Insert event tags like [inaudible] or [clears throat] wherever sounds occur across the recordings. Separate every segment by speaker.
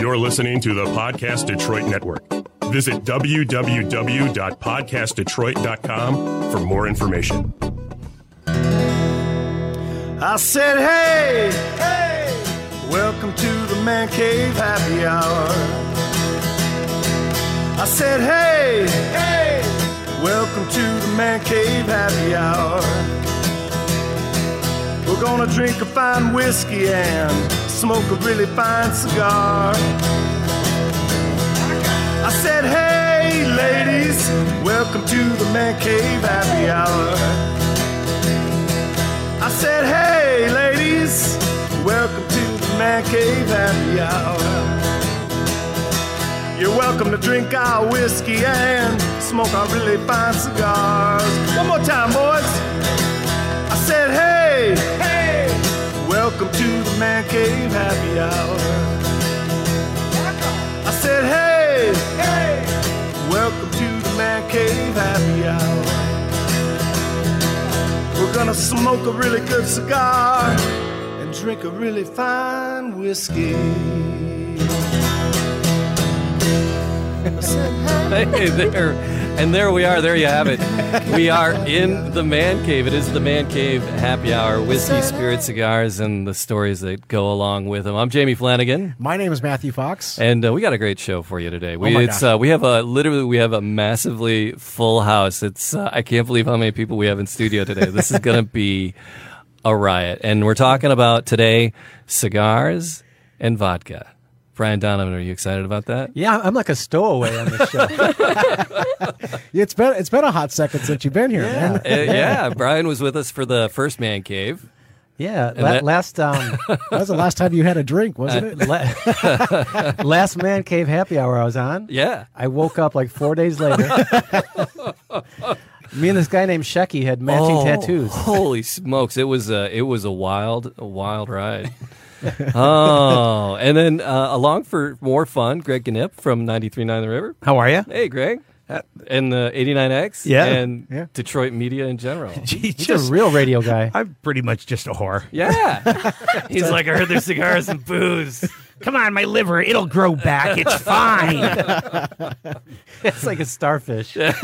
Speaker 1: You're listening to the Podcast Detroit Network. Visit www.podcastdetroit.com for more information.
Speaker 2: I said, hey, hey, welcome to the Man Cave Happy Hour. I said, hey, hey, welcome to the Man Cave Happy Hour. We're gonna drink a fine whiskey and smoke a really fine cigar. I said, hey, ladies, welcome to the Man Cave Happy Hour. I said, hey, ladies, welcome to the Man Cave Happy Hour. You're welcome to drink our whiskey and smoke our really fine cigars. One more time, boys. I said, hey, hey, welcome to the Man Cave Happy Hour. I said, hey, hey, welcome to the Man Cave Happy Hour. We're gonna smoke a really good cigar and drink a really fine whiskey. I said, "Hey."
Speaker 3: Hey there. And there we are. There you have it. We are in the man cave. It is the man cave happy hour. Whiskey, spirit, cigars, and the stories that go along with them. I'm Jamie Flanagan,
Speaker 4: My name is Matthew Fox.
Speaker 3: and uh, we got a great show for you today. We
Speaker 4: my
Speaker 3: it's
Speaker 4: God.
Speaker 3: uh, we have a literally we have a massively full house. It's uh, I can't believe how many people we have in studio today. This is going to be a riot. And we're talking about today cigars and vodka. Brian Donovan, are you excited about that?
Speaker 4: Yeah, I'm like a stowaway on this show. [laughs] it's been it's been a hot second since you've been here, man.
Speaker 3: Uh, yeah, Brian was with us for the first man cave.
Speaker 5: Yeah, la-
Speaker 3: that-
Speaker 5: last um,
Speaker 4: [laughs]
Speaker 5: Uh,
Speaker 4: That was the last time you had a drink, wasn't it?
Speaker 5: la- [laughs] last man cave happy hour I was on.
Speaker 3: Yeah.
Speaker 5: I woke up like four
Speaker 3: [laughs]
Speaker 5: days later. Me and this guy named Shecky had matching
Speaker 3: Oh,
Speaker 6: [laughs]
Speaker 5: tattoos.
Speaker 3: Holy smokes! It was a it was a wild a wild ride. [laughs] oh, and then uh, along for more fun, Greg Knipp from 93.9 The River.
Speaker 7: How are you?
Speaker 3: Hey, Greg, and the 89X,
Speaker 7: Yeah.
Speaker 3: and
Speaker 4: Yeah.
Speaker 3: Detroit media in general.
Speaker 5: He's a real radio
Speaker 3: [laughs]
Speaker 5: guy.
Speaker 7: I'm pretty much just a whore.
Speaker 3: Yeah,
Speaker 7: He's like, I heard there's cigars and booze. Come on, my liver, it'll grow back. It's fine.
Speaker 5: It's like a starfish.
Speaker 3: wouldn't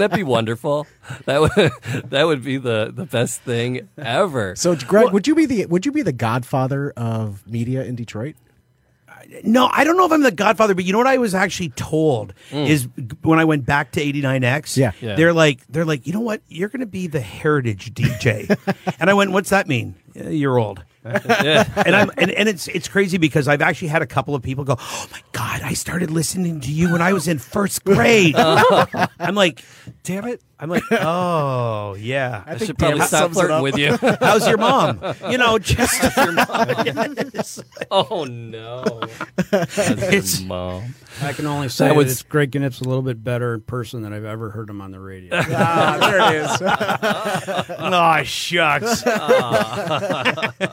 Speaker 3: that be wonderful? That would [laughs] that would be the the best thing ever.
Speaker 4: So, Greg, would you be the would you be the godfather of media in Detroit?
Speaker 7: [laughs] no, I don't know if I'm the godfather, but you know what I was actually told is when I went back to 89X,
Speaker 4: Yeah.
Speaker 3: Yeah.
Speaker 7: they're like, they're like, you know what? You're going to be the heritage [laughs] DJ. and I went, what's that mean? "Uh, You're old.
Speaker 3: Yeah.
Speaker 7: and I'm and, and it's it's crazy because I've actually had a couple of people go, "Oh my god, I started listening to you when I was in first [laughs] grade." I'm like, "Damn it!" I'm like, "Oh yeah."
Speaker 3: I should probably stop flirting with you.
Speaker 7: [laughs] How's your mom? You know, just
Speaker 3: [laughs] oh no, That's
Speaker 7: It's-
Speaker 3: your mom.
Speaker 8: I can only say
Speaker 3: That
Speaker 8: that,
Speaker 3: was-
Speaker 8: it's Greg Knipp's a little bit better in person than I've ever heard him on the radio.
Speaker 4: Ah, there it is.
Speaker 7: oh shucks.
Speaker 3: Uh,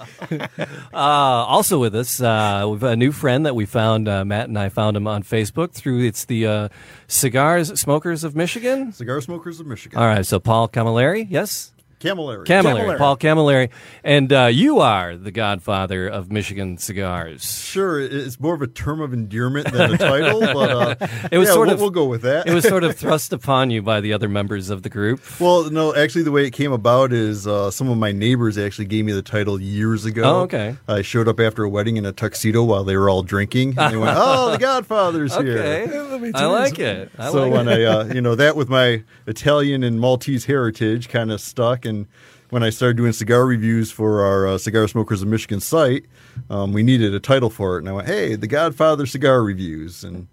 Speaker 3: also with us, uh, we've a new friend that we found. Uh, Matt and I found him on Facebook through it's the uh, Cigars Smokers of Michigan.
Speaker 9: Cigar Smokers of Michigan.
Speaker 3: All right, so Paul Camilleri, yes,
Speaker 9: Camillary.
Speaker 3: Camilleri, Paul Camilleri, and uh, you are the Godfather of Michigan cigars.
Speaker 9: Sure, it- it's more of a term of endearment than
Speaker 3: [laughs]
Speaker 9: a title, but uh,
Speaker 3: It was
Speaker 9: yeah,
Speaker 3: sort
Speaker 9: we'll,
Speaker 3: of-
Speaker 9: we'll go with that.
Speaker 3: It was
Speaker 9: [laughs]
Speaker 3: sort of thrust upon you by the other members of the group.
Speaker 9: well, no, actually, the way it came about is uh, some of my neighbors actually gave me the title years ago.
Speaker 3: Oh, okay.
Speaker 9: I showed up after a wedding in a tuxedo while they were all drinking, and they went,
Speaker 3: [laughs]
Speaker 9: "Oh, the Godfather's
Speaker 3: Okay,
Speaker 9: here."
Speaker 3: I like it. I
Speaker 9: so
Speaker 3: like
Speaker 9: when
Speaker 3: it.
Speaker 9: I, uh, you know, that with my Italian and Maltese heritage kind of stuck. And when I started doing cigar reviews for our uh, Cigar Smokers of Michigan site, um, we needed a title for it. And I went, hey, the Godfather Cigar Reviews. And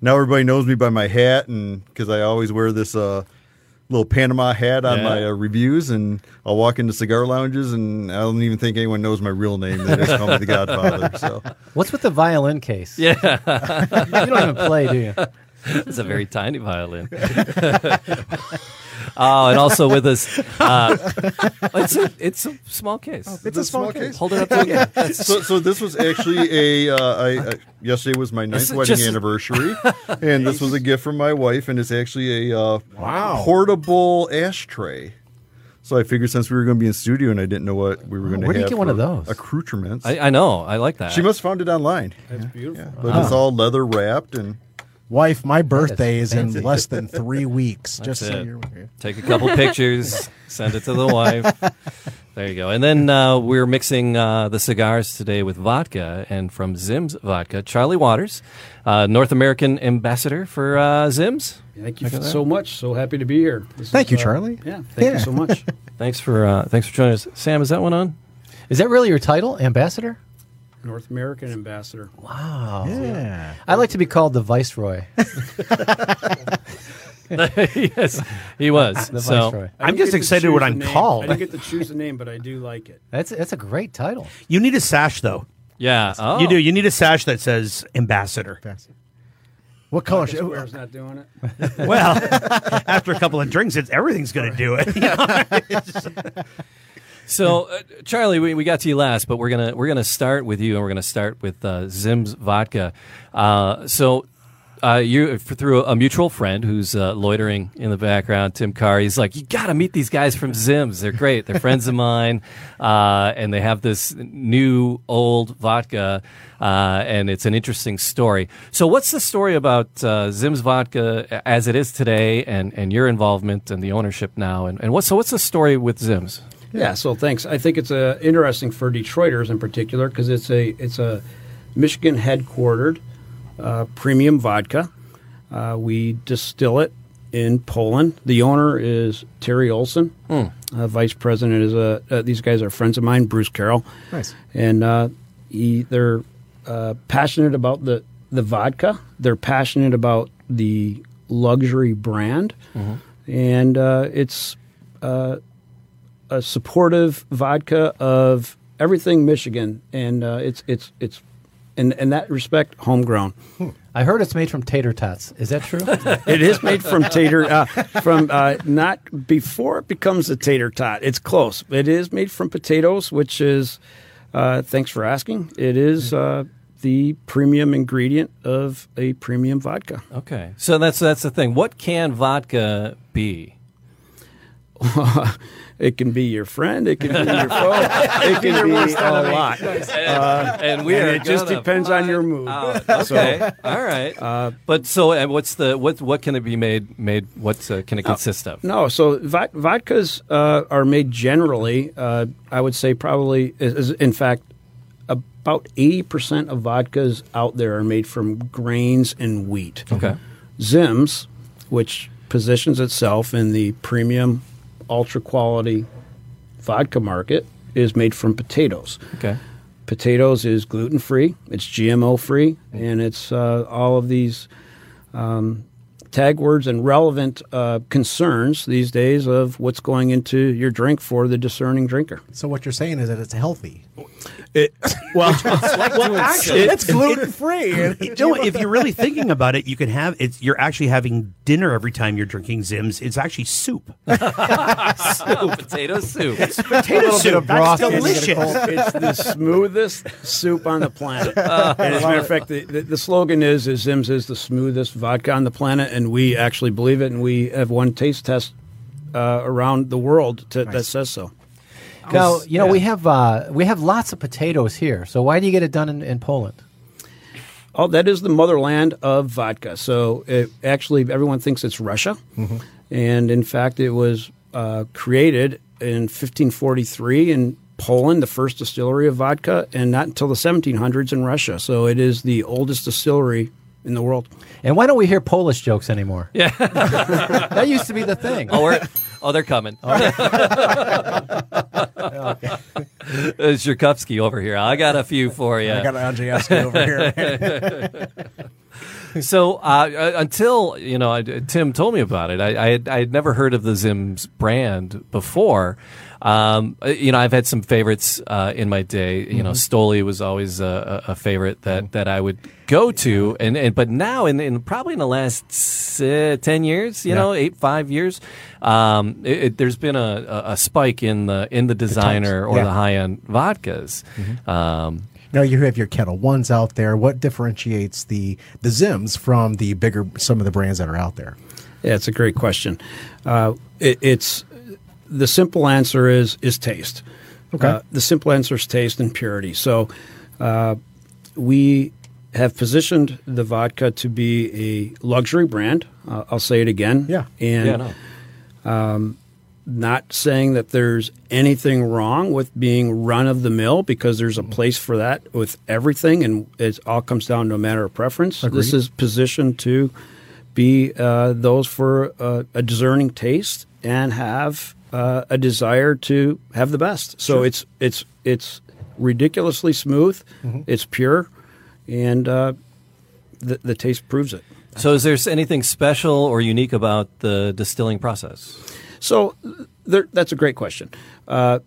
Speaker 9: now everybody knows me by my hat and because I always wear this uh, little Panama hat on
Speaker 3: Yeah.
Speaker 9: my uh, reviews. And I'll walk into cigar lounges and I don't even think anyone knows my real name. They just call me the Godfather. So.
Speaker 5: What's with the violin case? Yeah. you don't even play, do you?
Speaker 3: It's a very tiny violin. [laughs] oh, and also with us, uh, it's a it's a small case.
Speaker 4: It's a small case.
Speaker 3: Hold it up to the
Speaker 9: so, so this was actually a. Uh, I, I yesterday was my ninth
Speaker 3: It's
Speaker 9: wedding
Speaker 3: just-
Speaker 9: anniversary, and this was a gift from my wife, and it's actually a uh,
Speaker 4: Wow.
Speaker 9: portable ashtray. So I figured since we were going to be in studio and I didn't know what we were going to
Speaker 5: where do you
Speaker 9: have
Speaker 5: get one of
Speaker 9: for
Speaker 5: those?
Speaker 9: accoutrements,
Speaker 3: I, I know. I like that.
Speaker 9: she must have found it online.
Speaker 8: That's beautiful.
Speaker 9: But it's all leather wrapped and
Speaker 4: Wife, my birthday is in
Speaker 5: fancy.
Speaker 4: less than three weeks. just so
Speaker 3: it.
Speaker 4: you're aware.
Speaker 3: Take a couple pictures, send it to the wife. There you go. And then uh, we're mixing uh, the cigars today with vodka, and from Zim's Vodka, Charlie Waters, uh, North American ambassador for uh, Zim's.
Speaker 8: Thank you so much. So happy to be here. This
Speaker 4: Thank
Speaker 8: is,
Speaker 4: you,
Speaker 8: uh,
Speaker 4: Charlie.
Speaker 8: Yeah, thank
Speaker 4: Yeah.
Speaker 8: you
Speaker 4: [laughs]
Speaker 8: so much.
Speaker 3: Thanks for uh, thanks for joining us, Sam. Is that one on? [laughs]
Speaker 5: Is that really your title, ambassador?
Speaker 8: North American ambassador.
Speaker 5: Wow.
Speaker 4: Yeah.
Speaker 5: Oh. I like to be called the viceroy.
Speaker 3: yes, he was.
Speaker 5: The
Speaker 3: so
Speaker 5: viceroy.
Speaker 8: I
Speaker 7: I'm
Speaker 8: didn't
Speaker 7: just
Speaker 8: get to
Speaker 7: excited
Speaker 8: choose
Speaker 7: what
Speaker 8: the
Speaker 7: I'm
Speaker 8: name. I
Speaker 7: called.
Speaker 8: didn't get to choose the name, but I do like it.
Speaker 5: That's that's a great title.
Speaker 7: You need a sash though.
Speaker 3: yeah, oh.
Speaker 7: You do. You need a sash that says ambassador.
Speaker 4: What color?
Speaker 8: Just
Speaker 4: should-
Speaker 8: Square's not doing it.
Speaker 7: Well, after a couple of drinks, it's everything's going to do it. [laughs] You know?
Speaker 3: So, uh, Charlie, we, we got to you last, but we're gonna we're gonna start with you, and we're gonna start with uh, Zim's vodka. Uh, so, uh, you f- through a mutual friend who's uh, loitering in the background, Tim Carr. He's like, you got to meet these guys from Zim's. They're great. They're friends of mine, [laughs] uh, and they have this new old vodka, uh, and it's an interesting story. So, what's the story about uh, Zim's vodka as it is today, and, and your involvement and the ownership now, and, and what? So, what's the story with Zim's?
Speaker 8: Yeah, so thanks. I think it's uh, interesting for Detroiters in particular because it's a it's a Michigan headquartered uh, premium vodka. Uh, we distill it in Poland. The owner is Terry Olson. Uh, vice president is uh, uh, these guys are friends of mine, Bruce Carroll.
Speaker 4: Nice.
Speaker 8: And uh, he, they're uh, passionate about the the vodka. They're passionate about the luxury brand, and uh, it's a supportive vodka of everything Michigan, and uh, it's it's it's in in that respect
Speaker 3: [laughs]
Speaker 8: homegrown.
Speaker 5: I heard it's made from tater tots. Is that true?
Speaker 8: it is made from tater uh, from uh, not before it becomes a tater tot. It's close. It is made from potatoes, which is uh, thanks for asking. It is. Uh, the premium ingredient of a premium vodka. [laughs]
Speaker 3: Okay, so that's that's the thing. What can vodka be?
Speaker 8: It can be your friend. It can be
Speaker 3: [laughs]
Speaker 8: your foe. It can be a [laughs] lot.
Speaker 3: Uh, and we
Speaker 8: and
Speaker 3: are
Speaker 8: it just
Speaker 3: gonna
Speaker 8: depends on your
Speaker 3: find
Speaker 8: mood.
Speaker 3: out. Okay, all right. but so, and what's the what? What can it be made? Made what uh, can it consist of?
Speaker 8: No, so vod- vodkas uh, are made generally. Uh, I would say probably, is, is in fact, about eighty percent of vodkas out there are made from grains and wheat.
Speaker 3: Okay,
Speaker 8: Zim's, which positions itself in the premium, ultra quality vodka market, is made from potatoes.
Speaker 3: okay.
Speaker 8: Potatoes is gluten free, it's GMO free, and it's uh, all of these um, tag words and relevant uh, concerns these days of what's going into your drink for the discerning drinker.
Speaker 4: [laughs] So what you're saying is that it's healthy.
Speaker 7: well, well, actually,
Speaker 4: It's gluten [laughs] free.
Speaker 7: you know, if you're really thinking about it, you can have it's. You're actually having dinner every time you're drinking Zim's. It's actually soup.
Speaker 3: Soup, potato soup.
Speaker 7: Potato soup.
Speaker 4: broth
Speaker 7: That's
Speaker 4: and you get a
Speaker 7: delicious.
Speaker 4: cold-
Speaker 8: it's the smoothest soup on the planet. and as a matter of fact, the, the, the slogan is, is Zim's is the smoothest vodka on the planet, and we actually believe it, and we have one taste test uh, around the world to, that says so.
Speaker 5: now you know we have uh, we have lots of potatoes here. So why do you get it done in, in Poland?
Speaker 8: Oh, that is the motherland of vodka. So it, actually, everyone thinks it's Russia, and in fact, it was uh, created in 1543 in Poland, the first distillery of vodka, and not until the 1700s in Russia. So it is the oldest distillery in the world.
Speaker 5: And why don't we hear Polish jokes anymore? Yeah, [laughs] that used to be the thing.
Speaker 3: Oh, we're, oh, they're coming. [laughs] it's Zhirkovsky over here. I got a few for you.
Speaker 4: I got Andrzejewski over
Speaker 5: [laughs]
Speaker 4: here.
Speaker 3: So uh, uh, until you know, I, Tim told me about it. I, I, had, I had never heard of the Zim's brand before. Um, uh, you know, I've had some favorites uh, in my day. You know, Stoli was always a, a a favorite that, that I would go to, and, and but now in, in probably in the last s- uh, ten years, you know, eight five years, um, it, it- there's been a, a, a spike in the in the designer or
Speaker 4: Yeah.
Speaker 3: the high end vodkas. Um,
Speaker 4: now you have your Kettle Ones out there. What differentiates the the Zims from the bigger some of the brands that are out there?
Speaker 8: Yeah, it's a great question. Uh, it, it's the simple answer is is taste.
Speaker 4: Okay.
Speaker 8: Uh, the simple answer is taste and purity. So, uh, we have positioned the vodka to be a luxury brand. Uh, I'll say it again.
Speaker 4: Yeah.
Speaker 8: And
Speaker 3: Yeah, no.
Speaker 8: not saying that there's anything wrong with being run of the mill because there's a place for that with everything, and it all comes down to a matter of preference. This is positioned to be uh, those for uh, a discerning taste and have uh, a desire to have the best. So it's it's it's ridiculously smooth, it's pure, and uh, the, the taste proves it.
Speaker 3: So, is there s- anything special or unique about the distilling process?
Speaker 8: So there, that's a great question. Uh,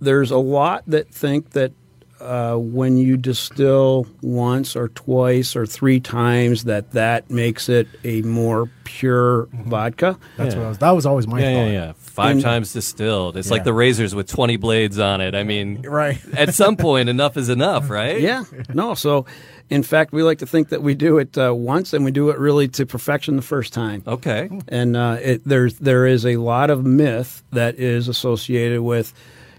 Speaker 8: there's a lot that think that uh, when you distill once or twice or three times, that that makes it a more pure vodka.
Speaker 4: That's what I was, that was always my
Speaker 3: Yeah, yeah,
Speaker 4: thought.
Speaker 3: yeah. Five
Speaker 8: And-
Speaker 3: times distilled. It's like
Speaker 4: Yeah.
Speaker 3: the razors with 20 blades on it. I mean,
Speaker 4: Right.
Speaker 3: at some point, enough is enough, right?
Speaker 8: Yeah, no. So, in fact, we like to think that we do it uh, once and we do it really to perfection the first time.
Speaker 3: Okay.
Speaker 8: and uh, it, there's there is a lot of myth that is associated with,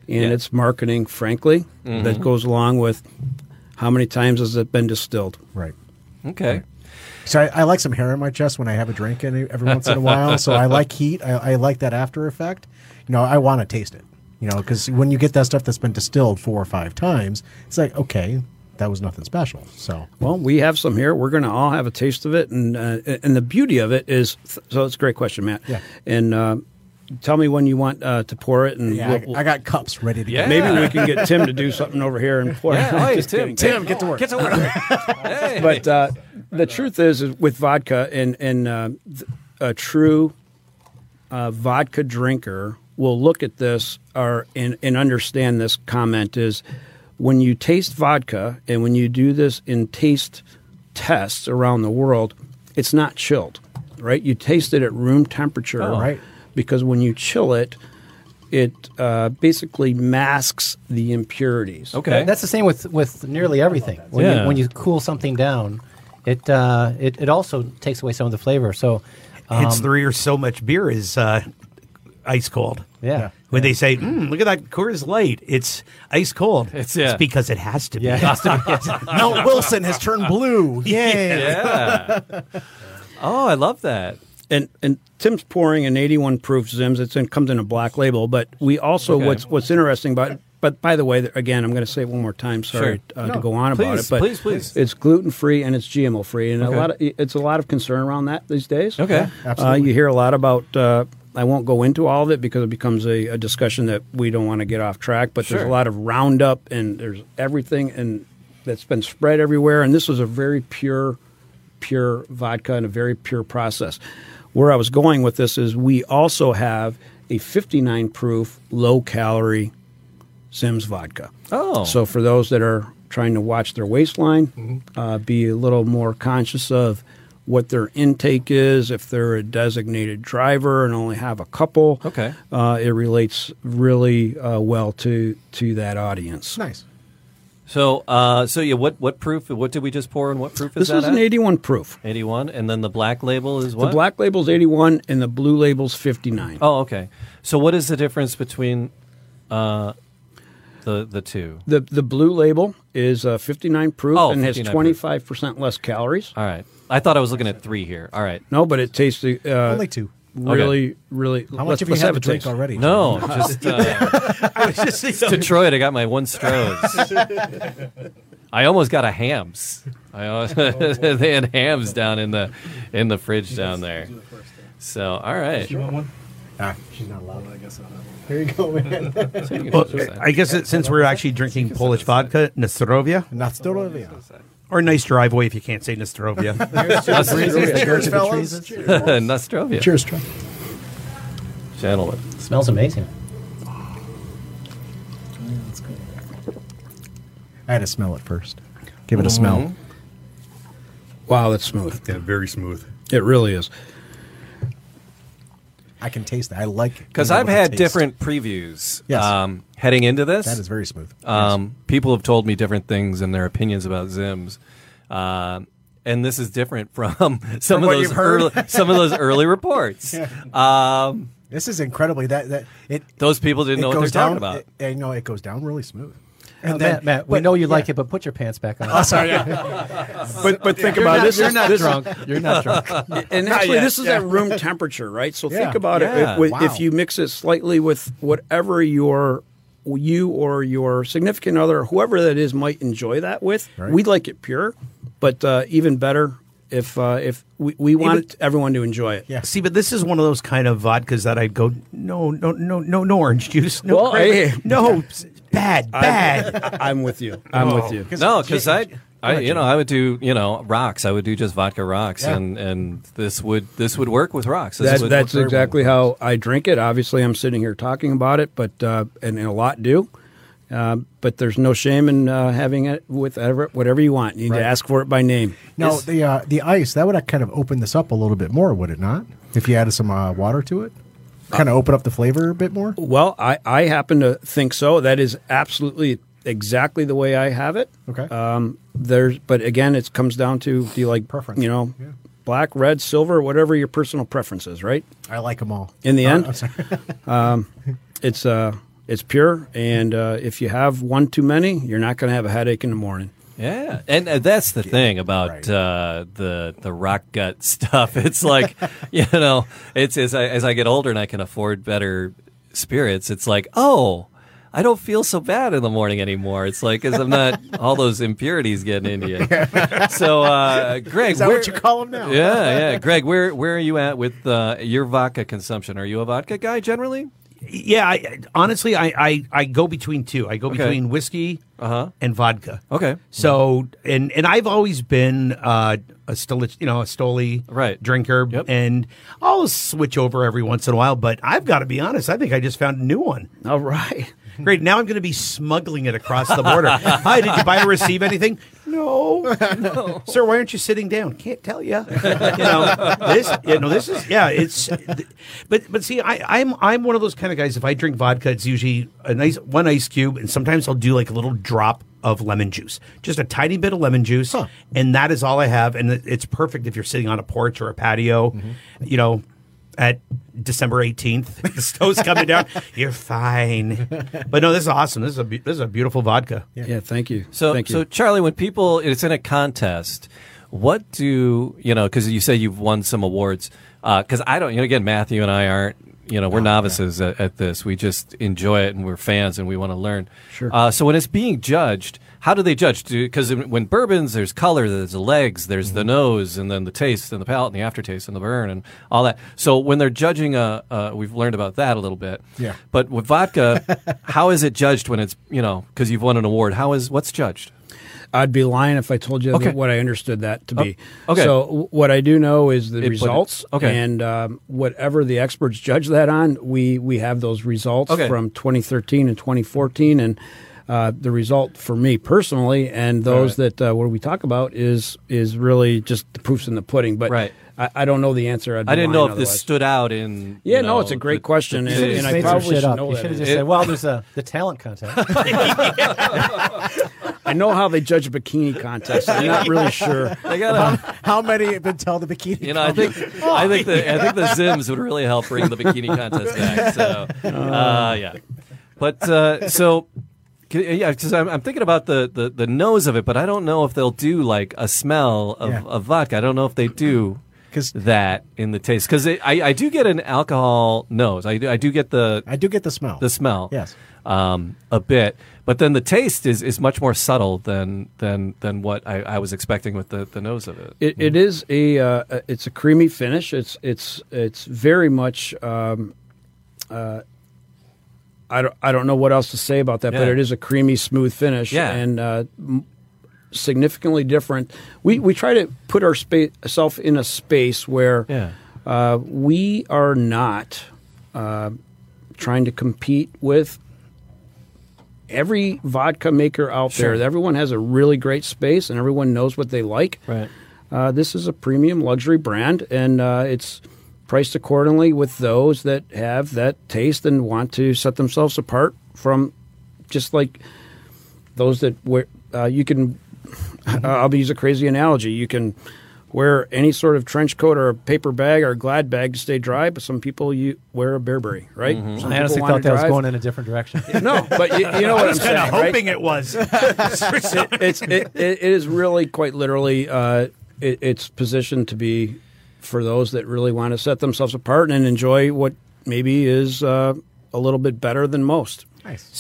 Speaker 8: and
Speaker 3: Yeah. Mm-hmm.
Speaker 8: it's marketing, frankly, that goes along with how many times has it been distilled.
Speaker 4: Right.
Speaker 3: Okay.
Speaker 4: So I, I like some hair on my chest when I have a drink in it every once in a while. So I like heat. I, I like that after effect. You know, I want to taste it. You know, because when you get that stuff that's been distilled four or five times, it's like okay, that was nothing special. So
Speaker 8: Well, we have some here. We're going to all have a taste of it, and uh, and the beauty of it is. So it's a great question, Matt.
Speaker 4: Yeah.
Speaker 8: And uh, tell me when you want uh, to pour it, and
Speaker 4: yeah,
Speaker 8: we'll-
Speaker 4: I-
Speaker 8: we'll-
Speaker 4: I, got cups ready to
Speaker 3: Yeah.
Speaker 4: go.
Speaker 8: maybe we can get Tim to do something over here and pour. [laughs] it.
Speaker 3: Yeah, hey,
Speaker 8: Just
Speaker 3: Tim,
Speaker 8: kidding.
Speaker 4: Tim, get to work.
Speaker 3: Get to
Speaker 8: [laughs]
Speaker 3: work. hey.
Speaker 8: but uh, the truth is, is with vodka and and uh, th- a true uh, vodka drinker will look at this or and, and understand this comment is when you taste vodka and when you do this in taste tests around the world, it's not chilled, right? You taste it at room temperature,
Speaker 4: Right.
Speaker 8: Because when you chill it, it uh, basically masks the impurities.
Speaker 3: okay.
Speaker 5: That's the same with, with nearly everything. When,
Speaker 3: Yeah.
Speaker 5: you, when you cool something down, it, uh, it it also takes away some of the flavor. So,
Speaker 3: [laughs]
Speaker 5: uh,
Speaker 7: Hence the reason so much beer is uh, ice cold.
Speaker 5: yeah.
Speaker 7: When they say, mm, "Look at that Coors Light," it's ice cold.
Speaker 3: It's- yeah.
Speaker 7: because it has to be. [laughs]
Speaker 4: [laughs] Mount Wilson has turned blue.
Speaker 3: [laughs]
Speaker 4: Yay!
Speaker 3: yeah. oh, I love that.
Speaker 8: and and Tim's pouring an 81 proof Zims. It's in, comes in a black label, but we also
Speaker 3: Okay.
Speaker 8: what's what's interesting about. But by the way, th- again, I'm going to say it one more time. Sorry
Speaker 3: Sure.
Speaker 8: uh, to go on about
Speaker 3: Please,
Speaker 8: it, but
Speaker 3: please, please.
Speaker 8: it's gluten free and it's GMO free, and
Speaker 3: Okay.
Speaker 8: a lot of it's a lot of concern around that these days.
Speaker 3: Okay. Yeah,
Speaker 8: uh, you hear a lot about. Uh, I won't go into all of it because it becomes a, a discussion that we don't want to get off track. But there's
Speaker 3: Sure.
Speaker 8: a lot of Roundup and there's everything and that's been spread everywhere. And this was a very pure pure vodka and a very pure process. Where I was going with this is we also have a 59 proof low calorie Sims vodka.
Speaker 3: Oh.
Speaker 8: So for those that are trying to watch their waistline,
Speaker 4: Mm-hmm.
Speaker 8: uh, be a little more conscious of what their intake is, if they're a designated driver and only have a couple.
Speaker 3: Okay.
Speaker 8: Uh, it relates really uh, well to, to that audience.
Speaker 4: nice.
Speaker 3: So, uh, so yeah, what, what proof, what did we just pour and what proof is
Speaker 8: This
Speaker 3: that?
Speaker 8: is an
Speaker 3: at?
Speaker 8: 81 proof.
Speaker 3: 81. And then the black label is what?
Speaker 8: The black label's 81 and the blue label's 59.
Speaker 3: Oh, okay. So, what is the difference between uh, the the two?
Speaker 8: The the blue label is uh, 59 proof
Speaker 3: Oh,
Speaker 8: and has
Speaker 3: 59 proof.
Speaker 8: 25 percent less calories.
Speaker 3: All right. I thought I was looking at three here. All right.
Speaker 8: No, but it tastes uh,
Speaker 4: Only two.
Speaker 8: really really.
Speaker 4: How much
Speaker 8: let's-
Speaker 4: have you
Speaker 8: let's
Speaker 4: had to
Speaker 8: a
Speaker 4: drink
Speaker 8: taste.
Speaker 4: already?
Speaker 3: No, just uh,
Speaker 7: I was just thinking-
Speaker 3: Detroit. I got my one Strohs. I almost got a hams. I al- [laughs] they had hams down in the in the fridge down there. So, all right.
Speaker 4: She's not allowed. I
Speaker 5: uh,
Speaker 4: guess. Here you go, man.
Speaker 7: Well, I guess it, since we're actually drinking Polish vodka, Nostrovia,
Speaker 4: not still over there.
Speaker 7: or nice driveway if you can't say Nostrovia.
Speaker 4: Cheers, fellas.
Speaker 3: [laughs] Nostrovia.
Speaker 4: Cheers, Trump.
Speaker 3: Gentlemen.
Speaker 5: smells amazing.
Speaker 4: I had to smell it first. Give it a smell.
Speaker 3: Mm-hmm.
Speaker 8: Wow, that's smooth.
Speaker 9: Yeah, very smooth.
Speaker 8: It really is.
Speaker 4: I can taste that. I like it
Speaker 3: Because I've had different previews
Speaker 4: Yes.
Speaker 3: um, heading into this.
Speaker 4: That is very smooth.
Speaker 3: Um, People have told me different things and their opinions about Zims, Um and this is different [laughs] from some of
Speaker 4: what
Speaker 3: those
Speaker 4: you've heard? [laughs]
Speaker 3: early, some of those early reports. Um,
Speaker 4: Yes. This is incredibly that that it
Speaker 3: Those people didn't
Speaker 4: it
Speaker 3: know what they're
Speaker 4: goes down.
Speaker 3: talking about.
Speaker 4: it- and, you know, it goes down really smooth.
Speaker 5: And Oh, Matt, Matt, we
Speaker 4: but-
Speaker 5: know you like
Speaker 4: yeah. Oh,
Speaker 5: it, but put your pants back on. [laughs]
Speaker 4: Sorry,
Speaker 10: But but think
Speaker 5: you're
Speaker 10: about
Speaker 5: not,
Speaker 10: this.
Speaker 5: you're
Speaker 10: is-
Speaker 5: not
Speaker 4: [laughs]
Speaker 10: this-
Speaker 5: drunk. You're not drunk.
Speaker 3: [laughs]
Speaker 4: Uh,
Speaker 8: And actually,
Speaker 10: yet,
Speaker 8: this is
Speaker 10: yeah.
Speaker 8: at room temperature, right? So
Speaker 4: Yeah.
Speaker 8: think about it.
Speaker 3: Yeah.
Speaker 8: If, with,
Speaker 4: Wow.
Speaker 8: if you mix it slightly with whatever your you or your significant other, whoever that is, might enjoy that with,
Speaker 4: Right.
Speaker 8: we like it pure, but uh, even better if uh, if we, we want everyone to enjoy it.
Speaker 4: [laughs] Yeah.
Speaker 7: See, but this is one of those kind of vodkas that I'd go, no, no, no, no, no orange juice, no,
Speaker 8: Well,
Speaker 7: grape-
Speaker 8: hey.
Speaker 7: no, s-
Speaker 4: [laughs]
Speaker 7: bad, bad.
Speaker 8: I, am with you. I'm
Speaker 4: Oh,
Speaker 8: with you.
Speaker 3: No, because I, I, you know, I would do, you know, rocks. I would do just vodka rocks,
Speaker 4: Yeah.
Speaker 3: and and this would this would work with rocks. This
Speaker 8: That,
Speaker 3: would work
Speaker 8: that's
Speaker 3: very
Speaker 8: exactly
Speaker 3: well.
Speaker 8: how I drink it. Obviously, I'm sitting here talking about it, but uh, and, and a lot do. Uh, but there's no shame in uh, having it with ever, whatever you want. You need
Speaker 4: Right.
Speaker 8: to ask for it by name.
Speaker 4: No, the uh, the ice that would kind of open this up a little bit more, would it not? If you added some uh, water to it, kind of open up the flavor a bit more.
Speaker 8: Well, I, I happen to think so. That is absolutely exactly the way I have it.
Speaker 4: Okay.
Speaker 3: Uh,
Speaker 8: Um, there's, but again, it comes down to do you like
Speaker 4: Preference.
Speaker 8: You know, black, red, silver, whatever your personal preference is, right?
Speaker 4: I like them all.
Speaker 8: In the
Speaker 4: Uh,
Speaker 8: end, um,
Speaker 4: I'm
Speaker 8: [laughs]
Speaker 4: sorry.
Speaker 8: it's uh, it's pure, and uh, if you have one too many, you're not going to have a headache in the morning.
Speaker 3: Yeah, and uh, that's the thing about
Speaker 4: right.
Speaker 3: uh, the the rock gut [laughs] stuff. It's like you know, it's as I, as I get older and I can afford better spirits. It's like oh. I don't feel so bad in the morning anymore. It's like because
Speaker 4: [laughs]
Speaker 3: I'm not all those impurities getting into you. So, uh, Greg,
Speaker 4: Is that
Speaker 3: where-
Speaker 4: what you call them now?
Speaker 3: [laughs] yeah, yeah. Greg, where where are you at with uh, your vodka consumption? Are you a vodka guy generally?
Speaker 7: yeah, I, honestly, I, I, I go between two. I go between whiskey
Speaker 8: Uh-huh.
Speaker 7: and vodka.
Speaker 3: Okay.
Speaker 7: So and and I've always been uh, a stoli, you know, a stoli
Speaker 3: Right.
Speaker 7: drinker,
Speaker 3: Yep.
Speaker 7: and I'll switch over every once in a while. But I've got to be honest, I think I just found a new one.
Speaker 8: All right.
Speaker 7: [laughs] Great. Now I'm going to be smuggling it across the border. Hi, did you buy or receive anything? No. Sir, why aren't you sitting down? Can't tell you. you know, this, you know, this is, yeah, it's, but, but see, I, I'm, I'm one of those kind of guys. If I drink vodka, it's usually a nice one ice cube, and sometimes I'll do like a little drop of lemon juice, just a tiny bit of lemon juice. And that is all I have. And it- it's perfect if you're sitting on a porch or a patio,
Speaker 8: Mm-hmm.
Speaker 7: you know, at December 18th. [laughs] The snow's coming down. [laughs] You're fine. But no, this is awesome. This is a be- this is a beautiful vodka.
Speaker 8: Yeah. thank you.
Speaker 3: So
Speaker 8: thank you.
Speaker 3: so Charlie, when people it's in a contest, what do you know? Because you say you've won some awards. Because I don't. You know, again, Matthew and I aren't. You know, we're novices at, at this. We just enjoy it, and we're fans, and we want to learn. Sure. Uh, so when it's being judged, how do they judge? Because when bourbons, there's color, there's the legs, there's the nose, and then the taste, and the palate, and the aftertaste, and the burn, and all that. So when they're judging, uh, uh, we've learned about that a little bit.
Speaker 4: Yeah.
Speaker 3: But with vodka, how is it judged when it's you know because you've won an award? How is what's judged?
Speaker 8: I'd be lying if I told you
Speaker 3: Okay. Oh,
Speaker 8: that what I understood that to be.
Speaker 3: okay.
Speaker 8: So w- what I do know is the
Speaker 3: put it-
Speaker 8: results.
Speaker 3: okay.
Speaker 8: And um, whatever the experts judge that on, we we have those results
Speaker 3: Okay.
Speaker 8: from 2013 and 2014, and uh, the result for me personally, and those that uh, what we talk about is is really just the proofs in the pudding. But
Speaker 3: Right.
Speaker 8: I, I don't know the answer. I'd be
Speaker 3: I didn't know
Speaker 8: lying
Speaker 3: if this
Speaker 8: otherwise.
Speaker 3: stood out in.
Speaker 8: Yeah,
Speaker 3: you
Speaker 8: no,
Speaker 3: know,
Speaker 8: it's a great
Speaker 3: the-
Speaker 8: question,
Speaker 3: the-
Speaker 8: and,
Speaker 3: the-
Speaker 8: and I
Speaker 3: [laughs]
Speaker 5: Made some
Speaker 8: probably
Speaker 5: shit
Speaker 8: should
Speaker 5: up.
Speaker 8: know
Speaker 5: You
Speaker 8: that
Speaker 5: should have
Speaker 8: answer.
Speaker 5: just said, "Well, there's a the
Speaker 7: [laughs]
Speaker 5: talent contest."
Speaker 8: I know how they judge a bikini contest. I'm
Speaker 3: [laughs]
Speaker 8: not really sure.
Speaker 3: I gotta,
Speaker 4: How many have been tell the bikini?
Speaker 3: [laughs] you know, I think, I think the, I think the Zims would really help bring the bikini contest back.
Speaker 8: [laughs]
Speaker 3: So, uh, yeah, but uh, so. 'cause- Yeah, because I'm, I'm thinking about the, the, the nose of it, but I don't know if they'll do like a smell of,
Speaker 4: Yeah.
Speaker 3: of vodka. I don't know if they
Speaker 8: [clears throat]
Speaker 3: do
Speaker 4: 'Cause-
Speaker 3: that in the taste. Because I, I do get an alcohol nose. I do, I do get the
Speaker 4: I do get the smell.
Speaker 3: the smell.
Speaker 4: Yes.
Speaker 3: Um, a bit, but then the taste is, is much more subtle than than than what I, I was expecting with the, the nose of [laughs] it.
Speaker 8: It, it is a uh, uh, it's a creamy finish. It's it's it's very much. Um, uh, I don't I don't know what else to say about that, but
Speaker 3: Yeah.
Speaker 8: it is a creamy, smooth finish,
Speaker 3: Yeah.
Speaker 8: and uh, m- significantly different. We we try to put our spa- self in a space where
Speaker 3: Yeah.
Speaker 8: uh, we are not uh, trying to compete with every vodka maker out
Speaker 3: Sure.
Speaker 8: there. Everyone has a really great space, and everyone knows what they like.
Speaker 3: Right.
Speaker 8: Uh, this is a premium luxury brand, and uh, it's priced accordingly with those that have that taste and want to set themselves apart from just like those that wear. Uh, you can, I'll use a crazy analogy. You can wear any sort of trench coat or a paper bag or a glad bag to stay dry, but some people you wear a Burberry, right? Some
Speaker 5: I honestly
Speaker 8: people wanna
Speaker 5: thought that was
Speaker 8: drive-
Speaker 5: going in a different direction.
Speaker 8: [laughs] No, but you, you
Speaker 5: [laughs]
Speaker 8: know what
Speaker 7: I was
Speaker 8: I'm saying,
Speaker 7: kind of
Speaker 8: right?
Speaker 7: hoping it was.
Speaker 8: It- it's it, it, it is really quite literally uh, it, it's positioned to be for those that really want to set themselves apart and enjoy what maybe is uh, a little bit better than most.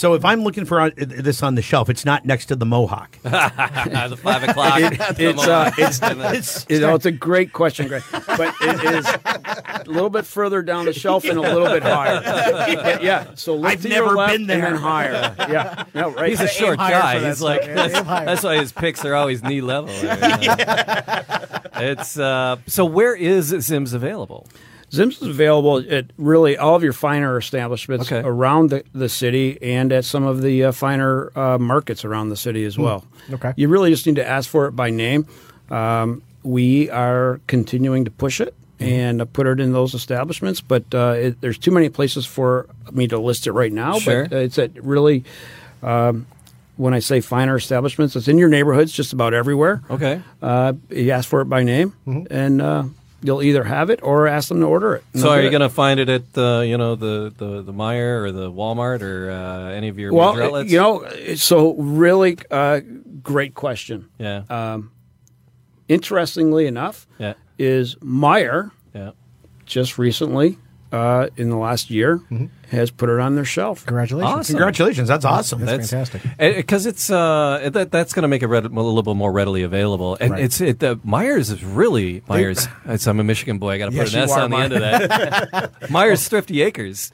Speaker 7: so if I'm looking for uh, this on the shelf, it's not next to the
Speaker 8: [laughs]
Speaker 7: Mohawk.
Speaker 3: uh, the five o'clock.
Speaker 8: It's uh,
Speaker 3: [laughs]
Speaker 8: it's, it's you know it's a great question, Greg, but it is a little bit further down the shelf and a little bit higher. But yeah, so look
Speaker 7: I've
Speaker 8: to your
Speaker 7: never
Speaker 8: left
Speaker 7: been there.
Speaker 8: and then higher. Yeah, no, right.
Speaker 3: He's a short
Speaker 7: higher for
Speaker 3: guy.
Speaker 7: that
Speaker 3: He's like [laughs] that's why his picks are always knee [laughs] level. It's uh, so where is Zim's available?
Speaker 8: Zim's is available at really all of your finer establishments
Speaker 3: Okay.
Speaker 8: around the, the city and at some of the uh, finer uh, markets around the city
Speaker 3: Hmm.
Speaker 8: as well.
Speaker 4: Okay.
Speaker 8: You really just need to ask for it by name. Um, we are continuing to push it
Speaker 3: Hmm.
Speaker 8: and uh, put it in those establishments, but uh, it, there's too many places for me to list it right now.
Speaker 3: Sure.
Speaker 8: But uh, it's at really, um, when I say finer establishments, it's in your neighborhoods just about everywhere.
Speaker 3: Okay.
Speaker 8: Uh, you ask for it by name, and uh, you'll either have it or ask them to order it. And
Speaker 3: So are
Speaker 8: they'll get
Speaker 3: you
Speaker 8: it.
Speaker 3: going to find it at the you know the the the Meyer or the Walmart or uh, any of your major
Speaker 8: Well,
Speaker 3: outlets?
Speaker 8: you know, so really uh, great question.
Speaker 3: yeah,
Speaker 8: uh, Interestingly enough,
Speaker 3: yeah,
Speaker 8: is Meyer
Speaker 3: yeah.
Speaker 8: just recently uh, in the last year has put it on their shelf.
Speaker 4: Congratulations.
Speaker 3: Awesome.
Speaker 7: Congratulations, that's awesome.
Speaker 4: That's fantastic.
Speaker 3: Because it's uh, that that's going to make it read, a little bit more readily available, and
Speaker 4: Right.
Speaker 3: it's it, the Myers is really Myers. it's, I'm a Michigan boy. I got to
Speaker 7: Yes,
Speaker 3: put an
Speaker 7: you
Speaker 3: S
Speaker 7: are,
Speaker 3: on the end of that.
Speaker 5: [laughs]
Speaker 3: Myers Thrifty Acres,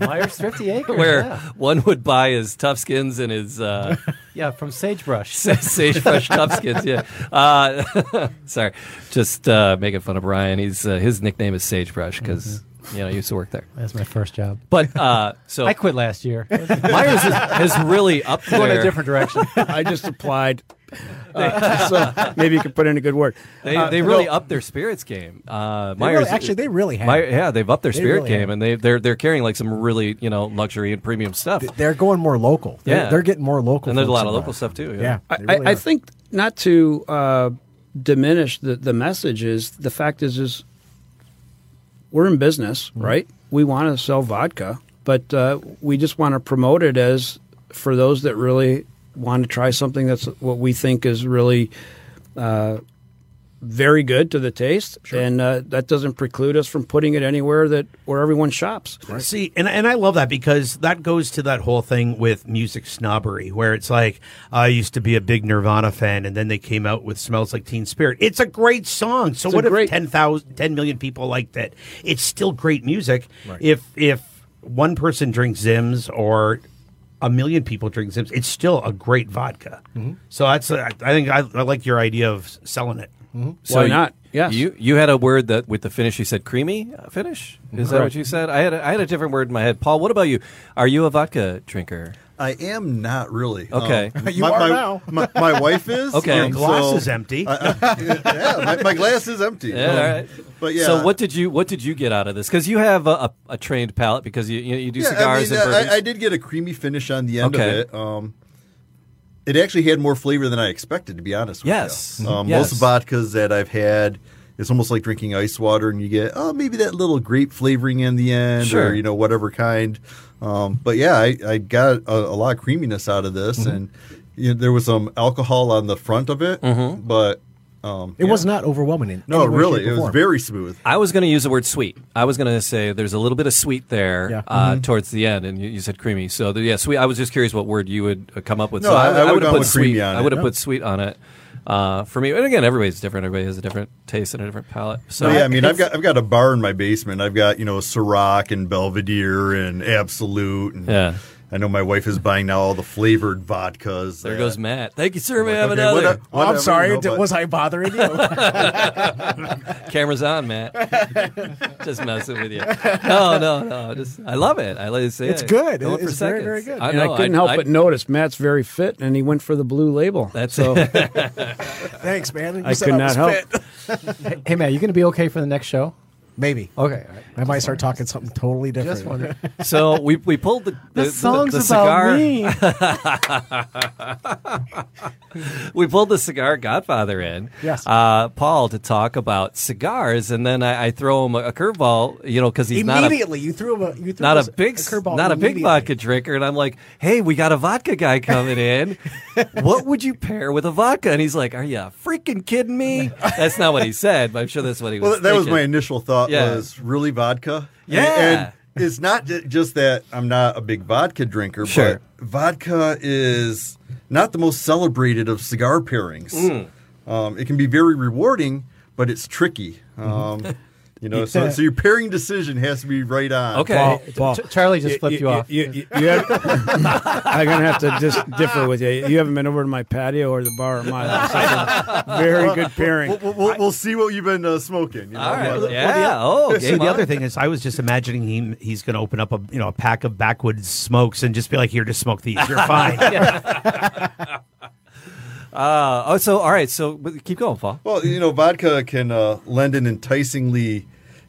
Speaker 5: Myers 50 acres.
Speaker 3: [laughs] where
Speaker 5: Yeah.
Speaker 3: one would buy his tough skins and his uh,
Speaker 5: [laughs] yeah,
Speaker 3: [laughs]
Speaker 5: from sagebrush.
Speaker 3: sagebrush tough skins. Yeah, uh, [laughs] sorry, just uh, making fun of Brian. He's uh, his nickname is Sagebrush because you know he used to work there.
Speaker 5: That's my first job.
Speaker 3: But uh, so
Speaker 5: Mm-hmm. [laughs] I quit last
Speaker 4: [laughs]
Speaker 5: year.
Speaker 3: Myers is, is really up there.
Speaker 5: Going a different direction.
Speaker 8: [laughs] I just applied. Uh, so maybe you could put in a good word.
Speaker 3: They,
Speaker 8: Uh,
Speaker 3: they really
Speaker 8: no,
Speaker 3: upped their spirits game. Uh,
Speaker 4: They
Speaker 3: Myers
Speaker 4: really- actually, they really have.
Speaker 3: My, yeah, they've upped their spirit
Speaker 4: really
Speaker 3: game,
Speaker 4: have.
Speaker 3: and they they're they're carrying like some really you know luxury and premium stuff.
Speaker 4: They're going more local. They're,
Speaker 3: Yeah.
Speaker 4: they're getting more local.
Speaker 3: and there's a
Speaker 4: folks
Speaker 3: lot of local
Speaker 4: involved.
Speaker 3: stuff too.
Speaker 4: Yeah.
Speaker 8: I,
Speaker 4: they really
Speaker 8: I, I
Speaker 4: are.
Speaker 8: think not to uh, diminish the, the message is the fact is is we're in business, right? We want to sell vodka, but uh, we just want to promote it as for those that really want to try something that's what we think is really uh, very good to the taste, and uh, that doesn't preclude us from putting it anywhere that where everyone shops.
Speaker 7: See, and and I love that because that goes to that whole thing with music snobbery, where it's like I used to be a big Nirvana fan, and then they came out with "Smells Like Teen Spirit." It's a great song. So
Speaker 8: It's a
Speaker 7: what if
Speaker 8: great-
Speaker 7: 10,000 10 million people liked it? It's still great music. If if one person drinks Zims or a million people drink Zims, it's still a great vodka.
Speaker 8: Mm-hmm.
Speaker 7: So that's I think I, I like your idea of s- selling it.
Speaker 3: So
Speaker 8: Why
Speaker 3: you-
Speaker 8: not? Yes.
Speaker 3: You you had a word that with the finish you said creamy uh, finish. Is that what
Speaker 8: Correct.
Speaker 3: you said? I had a, I had a different word in my head. Paul, what about you? Are you a vodka drinker?
Speaker 9: I am not really. um, [laughs]
Speaker 3: Okay.
Speaker 9: you my, are my, now. My, my wife is.
Speaker 3: Okay.
Speaker 9: um,
Speaker 3: Your
Speaker 7: Glass
Speaker 9: so-
Speaker 7: is empty.
Speaker 9: [laughs] yeah, my, my glass is empty.
Speaker 3: Yeah,
Speaker 9: Um,
Speaker 3: all right.
Speaker 9: But yeah.
Speaker 3: So what did you what did you get out of this? Because you have a, a, a trained palate because you you, you do
Speaker 9: Yeah,
Speaker 3: cigars
Speaker 9: I, mean, uh,
Speaker 3: and
Speaker 9: I-
Speaker 3: bourbons.
Speaker 9: I, did get a creamy finish on the end
Speaker 3: Okay.
Speaker 9: of it. Um, it actually had more flavor than I expected, to be honest with
Speaker 3: Yes.
Speaker 9: you.
Speaker 3: Mhm.
Speaker 9: Um,
Speaker 3: Yes.
Speaker 9: Most vodkas that I've had, it's almost like drinking ice water, and you get oh maybe that little grape flavoring in the end,
Speaker 3: Sure.
Speaker 9: or you know whatever kind. Um, but yeah, I, I got a, a lot of creaminess out of
Speaker 3: Mm-hmm.
Speaker 9: this, and you know, there was some alcohol on the front of it,
Speaker 3: Mm-hmm.
Speaker 9: but um,
Speaker 4: It
Speaker 9: yeah.
Speaker 4: was not overwhelming. in
Speaker 9: no
Speaker 4: any way,
Speaker 9: really.
Speaker 4: shape, or
Speaker 9: It was
Speaker 4: form.
Speaker 9: very smooth.
Speaker 3: I was going to use the word sweet. I was going to say there's a little bit of sweet there
Speaker 4: Yeah.
Speaker 3: uh,
Speaker 9: Mm-hmm.
Speaker 3: towards the end, and you, you said creamy. So the, yeah, sweet. I was just curious what word you would uh, come up with.
Speaker 9: No,
Speaker 3: so
Speaker 9: I- I
Speaker 3: would-
Speaker 9: would've
Speaker 3: would've
Speaker 9: gone
Speaker 3: put
Speaker 9: with
Speaker 3: sweet.
Speaker 9: creamy on
Speaker 3: I
Speaker 9: it.
Speaker 3: would have
Speaker 9: Yeah.
Speaker 3: put sweet on it uh, for me. And again, everybody's different. Everybody has a different taste and a different palate. So
Speaker 9: So yeah, I mean, I've got I've got a bar in my basement. I've got you know Ciroc and Belvedere and Absolute. And
Speaker 3: Yeah.
Speaker 9: I know my wife is buying now all the flavored vodkas.
Speaker 3: there
Speaker 9: that-
Speaker 3: goes Matt. Thank you, sir. We
Speaker 9: Okay,
Speaker 3: have
Speaker 9: what-
Speaker 3: another.
Speaker 4: Oh, I'm
Speaker 9: [laughs] whatever,
Speaker 4: sorry.
Speaker 9: you know,
Speaker 4: Did-
Speaker 9: but-
Speaker 4: was I bothering
Speaker 9: [laughs]
Speaker 4: you?
Speaker 3: [laughs] Cameras on, Matt.
Speaker 9: [laughs]
Speaker 3: just messing with you. No, no, no. Just I love it. I love it.
Speaker 4: It's good.
Speaker 3: Going for
Speaker 4: It's very,
Speaker 3: seconds.
Speaker 4: very good.
Speaker 3: I
Speaker 8: and
Speaker 3: know,
Speaker 8: I couldn't help
Speaker 3: I-
Speaker 8: but notice Matt's very fit, and he went for the blue label.
Speaker 3: That's
Speaker 8: so
Speaker 4: Thanks, man. You
Speaker 8: I
Speaker 4: said
Speaker 8: could
Speaker 4: was
Speaker 8: not help.
Speaker 4: fit.
Speaker 5: hey, man, you going to be okay for the next show?
Speaker 4: Maybe.
Speaker 5: Okay. all right.
Speaker 4: I might start talking something totally different.
Speaker 5: Just
Speaker 4: [laughs]
Speaker 5: wondering.
Speaker 3: So we, we
Speaker 8: [laughs]
Speaker 3: pulled the the,
Speaker 5: The,
Speaker 3: the-
Speaker 5: song's
Speaker 3: the
Speaker 5: about
Speaker 3: cigar. [laughs]
Speaker 5: me.
Speaker 3: we pulled the cigar godfather in,
Speaker 4: Yes.
Speaker 3: uh, Paul, to talk about cigars, and then I, I throw him a, a curveball, you know, because he's not a
Speaker 4: immediately, you threw him a you threw
Speaker 3: not
Speaker 4: us
Speaker 3: a big
Speaker 4: curveball
Speaker 3: not a big
Speaker 4: immediately.
Speaker 3: vodka drinker, and I'm like, hey, we got a vodka guy coming in. what would you pair with a vodka? And he's like, are you freaking kidding me? That's not what he said, but I'm sure that's what he was.
Speaker 9: Well, that, that was my
Speaker 3: thinking.
Speaker 9: initial thought.
Speaker 3: Yeah.
Speaker 9: Was really vodka? And-
Speaker 3: Yeah.
Speaker 9: And, it's not ju- just that I'm not a big vodka drinker,
Speaker 3: Sure.
Speaker 9: but vodka is not the most celebrated of cigar pairings.
Speaker 3: Mm.
Speaker 9: Um, it can be very rewarding, but it's tricky.
Speaker 3: Mm-hmm.
Speaker 9: Um,
Speaker 3: [laughs]
Speaker 9: you know, so, so your pairing decision has to be right on.
Speaker 3: Okay.
Speaker 8: Paul, Paul,
Speaker 5: Ch- Charlie just flipped you off.
Speaker 8: you- you- you
Speaker 5: [laughs]
Speaker 8: have- I'm gonna have to just differ with you. You haven't been over to my patio or the bar at my house. That's a Very good pairing.
Speaker 9: We'll, we'll- we'll, we'll see what you've been uh, smoking. You know?
Speaker 3: All right.
Speaker 9: But-
Speaker 3: yeah.
Speaker 7: [laughs]
Speaker 3: oh,
Speaker 7: See,
Speaker 3: game
Speaker 7: the
Speaker 3: on.
Speaker 7: other thing is, I was just imagining him. He's going to open up a you know a pack of backwoods smokes and just be like, "Here, just smoke these. You're
Speaker 8: [laughs]
Speaker 7: fine."
Speaker 3: Uh, oh, so all right. So but keep going, Paul.
Speaker 9: Well, you know, vodka can uh, lend an enticingly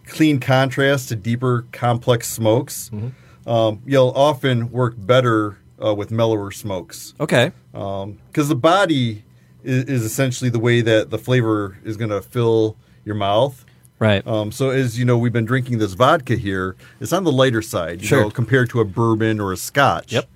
Speaker 9: clean contrast to deeper, complex smokes.
Speaker 3: Mm-hmm.
Speaker 9: Um, you'll often work better uh, with mellower smokes
Speaker 3: Okay.
Speaker 9: because the body is, is essentially the way that the flavor is going to fill your mouth.
Speaker 3: Right.
Speaker 9: Um, so, as you know, we've been drinking this vodka here. It's on the lighter side, you
Speaker 3: Sure.
Speaker 9: know, compared to a bourbon or a scotch.
Speaker 3: Yep.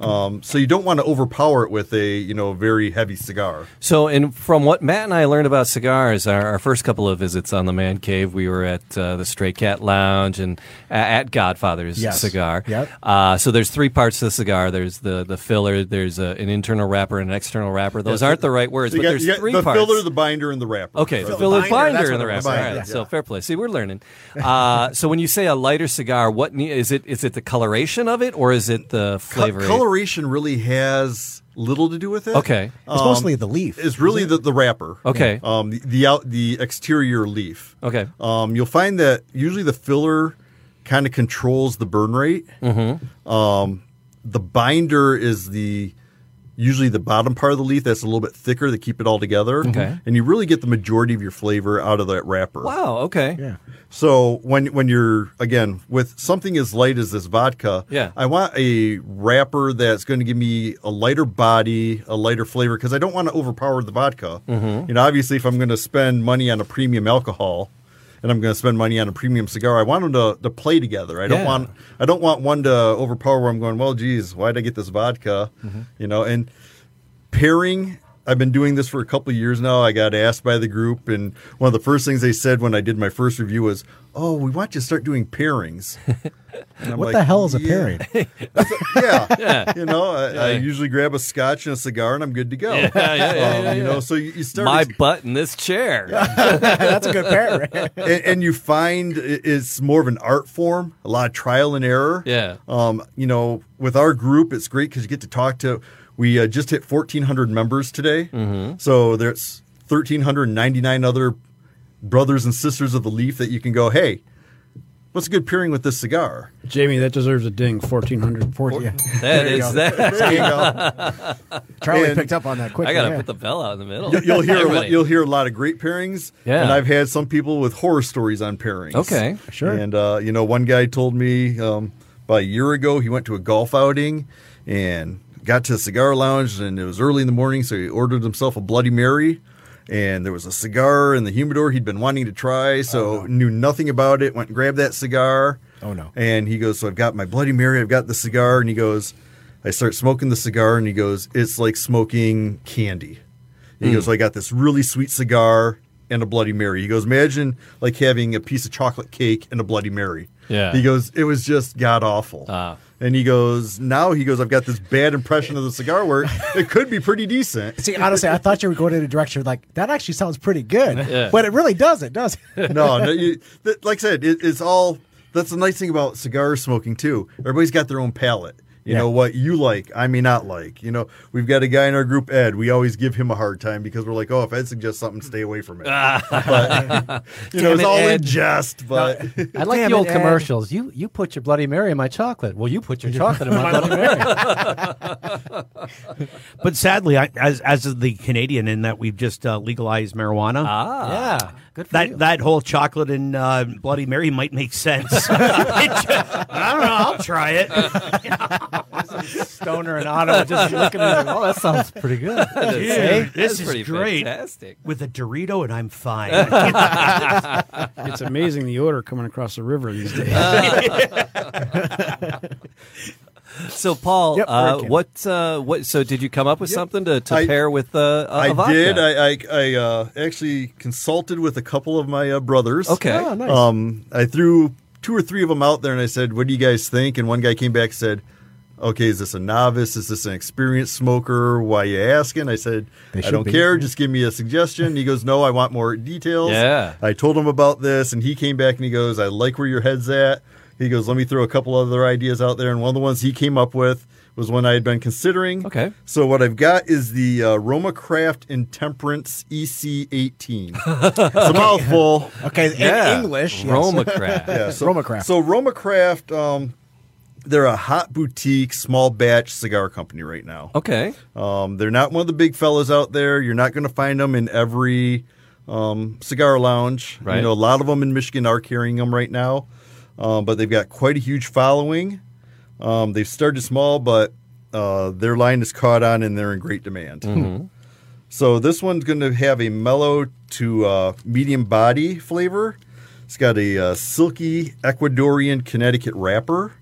Speaker 9: Um, so you don't want to overpower it with a you know very heavy cigar.
Speaker 3: So, and from what Matt and I learned about cigars, our, our first couple of visits on the Man Cave, we were at uh, the Stray Cat Lounge and a at Godfather's
Speaker 4: Yes.
Speaker 3: Cigar.
Speaker 4: Yep.
Speaker 3: Uh, so there's three parts to the cigar. There's the the filler. There's a, an internal wrapper and an external wrapper. Those aren't the right words,
Speaker 9: So you
Speaker 3: but
Speaker 9: got-
Speaker 3: there's
Speaker 9: you got
Speaker 3: three
Speaker 9: the
Speaker 3: parts.
Speaker 9: filler, the binder, and the wrapper.
Speaker 3: Okay,
Speaker 9: Right.
Speaker 3: fill filler
Speaker 4: binder,
Speaker 3: binder,
Speaker 4: that's
Speaker 3: and
Speaker 4: what
Speaker 3: the
Speaker 4: it was.
Speaker 3: rest. All right,
Speaker 9: Binder, yeah.
Speaker 3: so fair play. See, we're learning. Uh, [laughs] so when you say a lighter cigar, what ne- is it? Is it the coloration of it, or is it the
Speaker 9: Co-
Speaker 3: flavor?
Speaker 9: coloration really has little to do with it.
Speaker 3: Okay.
Speaker 4: It's mostly the leaf.
Speaker 9: Um, It's really the, the wrapper.
Speaker 3: Okay.
Speaker 9: Um, the, the out the exterior leaf.
Speaker 3: Okay.
Speaker 9: Um, you'll find that usually the filler kind of controls the burn rate. Mm-hmm. Um, the binder is the usually the bottom part of the leaf that's a little bit thicker to keep it all together.
Speaker 3: Okay.
Speaker 9: And you really get the majority of your flavor out of that wrapper.
Speaker 3: Wow. Okay.
Speaker 4: Yeah.
Speaker 9: So when when you're again with something as light as this vodka,
Speaker 3: Yeah.
Speaker 9: I want a wrapper that's going to give me a lighter body, a lighter flavor because I don't want to overpower the vodka.
Speaker 3: Mm-hmm.
Speaker 9: You know, obviously, if I'm going to spend money on a premium alcohol and I'm going to spend money on a premium cigar, I want them to, to play together. I don't
Speaker 3: Yeah.
Speaker 9: want I don't want one to overpower where I'm going. Well, geez, why would I get this vodka?
Speaker 3: Mm-hmm.
Speaker 9: You know, and pairing i've been doing this for a couple of years now i got asked by the group and one of the first things they said when i did my first review was oh we want you to start doing pairings [laughs] And I'm
Speaker 4: What
Speaker 9: like,
Speaker 4: the hell is a
Speaker 9: "Yeah."
Speaker 4: pairing?
Speaker 9: [laughs] yeah. you know I, I usually grab a scotch and a cigar and i'm good to go yeah, yeah, you know so you, you start
Speaker 3: My
Speaker 9: ex-
Speaker 3: butt in this chair.
Speaker 4: That's a good pairing.
Speaker 9: and, and you find i- it's more of an art form, a lot of trial and error.
Speaker 3: Yeah.
Speaker 9: Um, you know, with our group, it's great because you get to talk to. We uh, just hit 1,400 members today, so there's 1,399 other brothers and sisters of the leaf that you can go. Hey, what's a good pairing with this cigar?
Speaker 8: Jamie, that deserves a ding. Fourteen hundred.
Speaker 4: yeah.
Speaker 3: That is that.
Speaker 9: There you go.
Speaker 4: Charlie
Speaker 9: And-
Speaker 4: picked up on that quickly.
Speaker 3: I gotta
Speaker 4: yeah.
Speaker 3: put the bell out in the middle.
Speaker 9: You'll hear a lot,
Speaker 3: Everything.
Speaker 9: you'll hear a lot of great pairings.
Speaker 3: Yeah.
Speaker 9: And I've had some people with horror stories on pairings.
Speaker 3: Okay.
Speaker 4: Sure.
Speaker 9: And uh, you know, one guy told me um, about a year ago he went to a golf outing and got to the cigar lounge and it was early in the morning, so he ordered himself a Bloody Mary. And there was a cigar in the humidor he'd been wanting to try, so knew nothing about it. Went and grabbed that cigar.
Speaker 4: Oh, no.
Speaker 9: And he goes, "So I've got my Bloody Mary, I've got the cigar." And he goes, "I start smoking the cigar," and he goes, "It's like smoking candy." He goes,
Speaker 3: Mm.
Speaker 9: I got this really sweet cigar and a Bloody Mary. He goes, imagine like having a piece of chocolate cake and a Bloody Mary.
Speaker 3: Yeah.
Speaker 9: He goes, it was just god awful.
Speaker 3: Ah.
Speaker 9: And he goes, now he goes, I've got this bad impression of the cigar work. It could be pretty decent.
Speaker 4: See, honestly, I thought you were going in a direction like that. Actually, sounds pretty good, but it really doesn't, does it?
Speaker 9: No, no you, th- like I said, it, it's all. That's the nice thing about cigar smoking too. Everybody's got their own palate. You
Speaker 4: Yeah.
Speaker 9: know what you like, I may not like. You know, we've got a guy in our group, Ed. We always give him a hard time because we're like, oh, if Ed suggests something, stay away from it. but you know,
Speaker 3: Ah. Damn
Speaker 9: it's
Speaker 3: it,
Speaker 9: all in
Speaker 3: Ed.
Speaker 9: jest. But
Speaker 5: [laughs]
Speaker 3: [laughs]
Speaker 5: I like
Speaker 4: Damn
Speaker 5: the old
Speaker 4: it, Ed.
Speaker 5: commercials. You you put your Bloody Mary in my chocolate. Well, you put your chocolate in my Bloody Mary.
Speaker 7: but sadly, I, as as the Canadian, in that we've just uh, legalized marijuana.
Speaker 3: Ah.
Speaker 5: yeah. Good for
Speaker 7: that
Speaker 5: you.
Speaker 7: that whole chocolate and uh, Bloody Mary might make
Speaker 8: [laughs]
Speaker 7: sense. [laughs] It ju- I don't know. I'll try it.
Speaker 8: [laughs]
Speaker 5: Stoner in Ottawa just looking at it. Oh, that sounds
Speaker 3: [laughs]
Speaker 5: pretty good.
Speaker 7: Dude,
Speaker 3: That's
Speaker 7: this
Speaker 3: pretty
Speaker 7: is great.
Speaker 3: fantastic.
Speaker 7: With a Dorito, and I'm fine.
Speaker 8: It's amazing the odor coming across the river these days.
Speaker 3: So, Paul,
Speaker 4: Yep,
Speaker 3: uh,
Speaker 4: Red Can.
Speaker 3: what, uh, what? So, did you come up with something to, to
Speaker 9: I-
Speaker 3: pair with uh, a,
Speaker 9: I
Speaker 3: a vodka?
Speaker 9: did. I I, I uh, actually consulted with a couple of my uh, brothers.
Speaker 3: okay.
Speaker 4: Oh, nice.
Speaker 9: Um, I threw two or three of them out there, and I said, "What do you guys think?" And one guy came back and said, "Okay, is this a novice? Is this an experienced smoker? Why you asking?" I said,
Speaker 4: They
Speaker 9: "I
Speaker 4: should
Speaker 9: don't
Speaker 4: be.
Speaker 9: care. Just give me a suggestion." He goes, "No, I want more details."
Speaker 3: Yeah.
Speaker 9: I told him about this, and he came back and he goes, "I like where your head's at." He goes, "Let me throw a couple other ideas out there," and one of the ones he came up with was one I had been considering.
Speaker 3: Okay.
Speaker 9: So what I've got is the uh, Roma Craft Intemperance EC18. it's a mouthful.
Speaker 4: Okay, in
Speaker 3: Yeah.
Speaker 4: English. yes.
Speaker 3: Roma craft.
Speaker 9: Yeah, so,
Speaker 4: Roma Craft.
Speaker 9: So Roma Craft, um, they're a hot boutique, small batch cigar company right now.
Speaker 3: Okay.
Speaker 9: Um, they're not one of the big fellas out there. You're not going to find them in every um, cigar lounge.
Speaker 3: Right.
Speaker 9: You know, a lot of them in Michigan are carrying them right now, um, but they've got quite a huge following. Um, they've started small, but uh, their line is caught on and they're in great demand. So this one's going to have a mellow to uh, medium body flavor. It's got a uh, silky Ecuadorian Connecticut wrapper.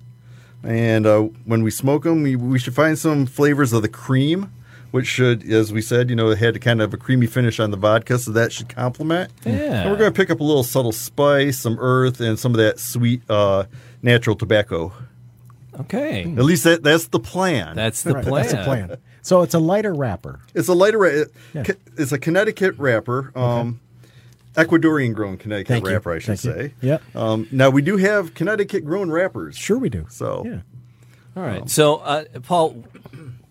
Speaker 9: And uh, when we smoke them, we, we should find some flavors of the cream, which should, as we said, you know, it had kind of a creamy finish on the vodka, so that should complement.
Speaker 3: Yeah.
Speaker 9: And we're going to pick up a little subtle spice, some earth, and some of that sweet uh, natural tobacco.
Speaker 3: Okay.
Speaker 9: At least that, that's the plan.
Speaker 3: That's the
Speaker 4: Right,
Speaker 3: plan.
Speaker 4: That's the plan. So it's a lighter wrapper.
Speaker 9: It's a lighter. Ra-
Speaker 4: Yeah.
Speaker 9: Ca- It's a Connecticut wrapper. Um, Ecuadorian grown Connecticut
Speaker 4: Thank you.
Speaker 9: wrapper, I should
Speaker 4: Thank you.
Speaker 9: say.
Speaker 4: Yep.
Speaker 9: Um, now we do have Connecticut grown wrappers.
Speaker 4: Sure, we
Speaker 5: [laughs]
Speaker 4: do.
Speaker 9: So
Speaker 4: yeah.
Speaker 3: All right. So, uh, Paul,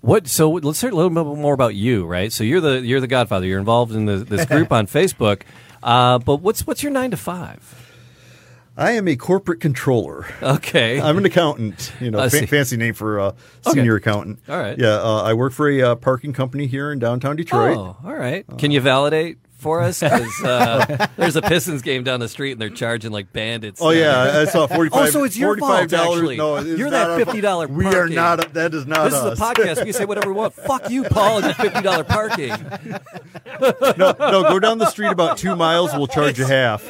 Speaker 3: what? So let's hear a little bit more about you, right? So you're the you're the Godfather. You're involved in the, this group on Facebook. Uh, but what's what's your nine to five?
Speaker 9: I am a corporate controller. [laughs]
Speaker 3: Okay.
Speaker 9: I'm an accountant. You know,
Speaker 3: I see.
Speaker 9: fa- fancy name for a senior accountant.
Speaker 3: All right.
Speaker 9: Yeah, uh, I work for a uh, parking company here in downtown Detroit.
Speaker 3: Oh, all right. Can you validate for us? 'Cause, uh, there's a Pistons game down the street, and they're charging like bandits.
Speaker 9: Oh yeah, I saw forty
Speaker 3: [laughs]
Speaker 9: five.
Speaker 3: Oh, so it's your fault, actually.
Speaker 9: No, it is
Speaker 3: You're that
Speaker 9: not our fault.
Speaker 3: $50
Speaker 9: We are
Speaker 3: parking.
Speaker 9: not. That is not
Speaker 3: This
Speaker 9: us.
Speaker 3: is a podcast. We say whatever we want. Fuck you, Paul, and your fifty dollar parking.
Speaker 9: no, no,
Speaker 3: [laughs]
Speaker 9: go down the street about two miles. We'll charge you half.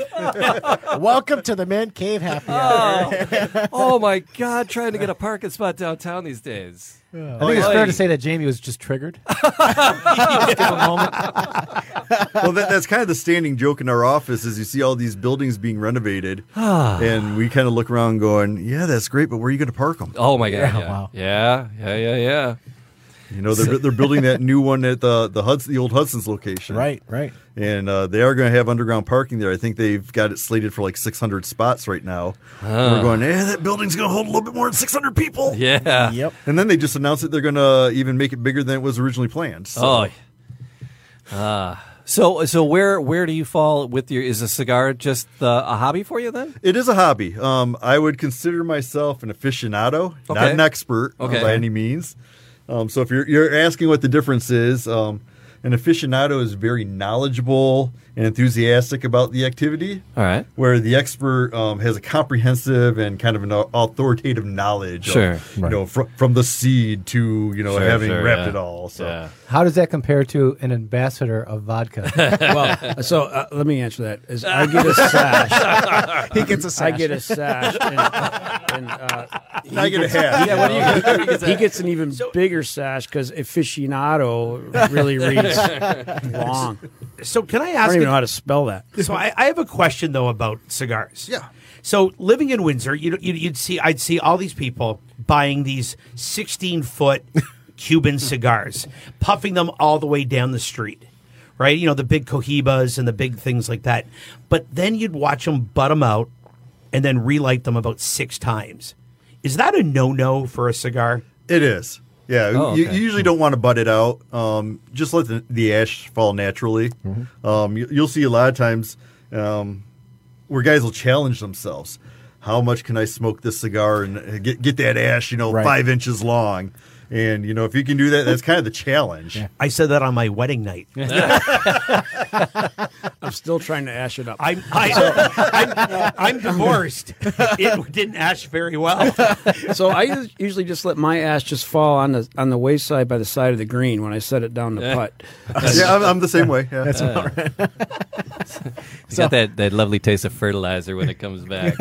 Speaker 4: Welcome to the man cave happy hour.
Speaker 3: Oh my god, trying to get a parking spot downtown these days.
Speaker 5: I think it's fair to say that Jamie was just triggered. Just give him a moment.
Speaker 9: well, that, that's kind of the standing joke in our office is you see all these buildings being renovated, and we kind of look around going, "Yeah, that's great, but where are you going to park them?"
Speaker 3: Oh my god. Yeah.
Speaker 4: wow.
Speaker 3: yeah, yeah, yeah, yeah.
Speaker 9: You know, they're, they're building that new one at the the Hudson, the old Hudson's location,
Speaker 4: Right, right.
Speaker 9: And uh, they are going to have underground parking there. I think they've got it slated for like 600 spots right now. And we're going, "Yeah, that building's going to hold a little bit more than 600 people."
Speaker 3: Yeah.
Speaker 4: Yep.
Speaker 9: And then they just announced that they're going to even make it bigger than it was originally planned. So.
Speaker 3: Oh. Ah. so so where where do you fall with your is a cigar just uh, a hobby for you then?
Speaker 9: It is a hobby. Um, I would consider myself an aficionado, not
Speaker 3: Okay.
Speaker 9: an expert uh,
Speaker 3: Okay.
Speaker 9: by any means. Um, so if you're, you're asking what the difference is, um, an aficionado is very knowledgeable and enthusiastic about the activity,
Speaker 3: All right.
Speaker 9: where the expert um, has a comprehensive and kind of an au- authoritative knowledge.
Speaker 3: Sure.
Speaker 9: Of, You know, fr- from the seed to you know
Speaker 3: Sure,
Speaker 9: having
Speaker 3: sure,
Speaker 9: wrapped
Speaker 3: yeah.
Speaker 9: it all. So.
Speaker 3: Yeah.
Speaker 5: How does that compare to an ambassador of
Speaker 4: [laughs]
Speaker 5: vodka?
Speaker 8: well, [laughs] so uh, let me answer that. Is I get a sash.
Speaker 4: He gets a
Speaker 8: I
Speaker 4: sash.
Speaker 8: get a sash. And, and, uh, he
Speaker 9: I get a
Speaker 8: gets-
Speaker 9: hat.
Speaker 3: Yeah, what do you what do you get
Speaker 8: He gets an even bigger sash because aficionado really reads long.
Speaker 7: so can I
Speaker 8: I
Speaker 7: ask?
Speaker 8: don't even know
Speaker 7: you-
Speaker 8: how to spell that.
Speaker 7: so I, I have a question though about cigars.
Speaker 9: Yeah.
Speaker 7: So living in Windsor, you you'd, you'd see I'd see all these people buying these sixteen foot [laughs] Cuban cigars, puffing them all the way down the street. Right, you know the big cohibas and the big things like that, but then you'd watch them butt them out, and then relight them about six times. Is that a no-no for a cigar?
Speaker 9: It is. Yeah,
Speaker 3: Oh,
Speaker 9: you,
Speaker 3: okay.
Speaker 9: you usually don't want to butt it out. Um, just let the, the ash fall naturally. Um, you, you'll see a lot of times um, where guys will challenge themselves. How much can I smoke this cigar and uh, get get that ash? You know,
Speaker 4: Right.
Speaker 9: five inches long. And you know, if you can do that, that's kind of the challenge.
Speaker 7: I said that on my wedding night.
Speaker 8: I'm still trying to ash it up.
Speaker 7: I'm, I, [laughs] I'm, I'm divorced. It didn't ash very well.
Speaker 8: so I us- usually just let my ash just fall on the on the wayside by the side of the green when I set it down to putt.
Speaker 9: [laughs] yeah, I'm, I'm the same way. Yeah.
Speaker 3: It's got that, that lovely taste of fertilizer when it comes back.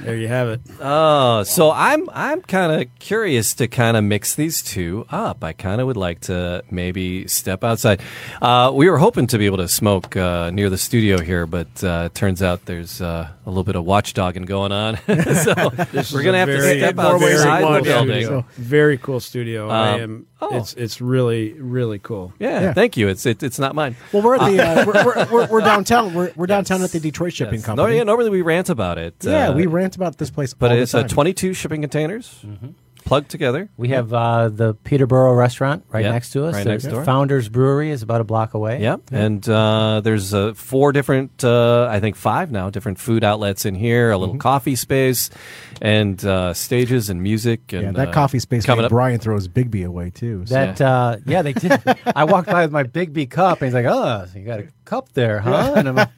Speaker 8: There you have it.
Speaker 3: [laughs] Oh, so I'm I'm kind of curious to kind of mix these two up. I kind of would like to maybe step outside. Uh, we were hoping to be able to smoke uh, near the studio here, but uh, it turns out there's uh, a little bit of watchdogging going on. [laughs]
Speaker 4: [laughs]
Speaker 3: so we're gonna have to
Speaker 8: very-
Speaker 3: step
Speaker 8: more ways
Speaker 4: than
Speaker 3: outside
Speaker 4: one
Speaker 3: the building.
Speaker 4: studio.
Speaker 8: Very cool studio. I
Speaker 3: Um,
Speaker 8: am.
Speaker 3: oh.
Speaker 8: It's it's really really cool.
Speaker 3: Yeah,
Speaker 4: Yeah.
Speaker 3: thank you. It's it, it's not mine.
Speaker 4: Well, we're at the
Speaker 3: [laughs]
Speaker 4: uh, we're, we're, we're, we're downtown. We're, we're downtown at the Detroit Shipping
Speaker 3: Yes. No,
Speaker 4: Company.
Speaker 3: yeah, normally we rant about it.
Speaker 4: yeah,
Speaker 3: uh,
Speaker 4: we rant about this place.
Speaker 3: But
Speaker 4: all the
Speaker 3: it's uh,
Speaker 4: time. Mm-hmm.
Speaker 3: 22 shipping containers plugged together.
Speaker 5: We have uh, the Peterborough restaurant right
Speaker 3: Yeah,
Speaker 5: next to us.
Speaker 3: right
Speaker 5: There's
Speaker 3: next door.
Speaker 5: Founders Brewery is about a block away.
Speaker 3: Yeah, and uh, there's uh, four different, uh, I think five now, different food outlets in here. A little coffee space, and uh, stages and music. And
Speaker 4: Yeah, that
Speaker 3: uh,
Speaker 4: coffee space
Speaker 3: coming
Speaker 4: made
Speaker 3: up.
Speaker 4: Brian throws Bigby away too. So.
Speaker 5: That uh, yeah, they
Speaker 3: [laughs]
Speaker 5: did. I walked by with my Big B cup, and he's like, "Oh, so you got a cup there, huh?" And I'm
Speaker 3: [laughs]
Speaker 5: like,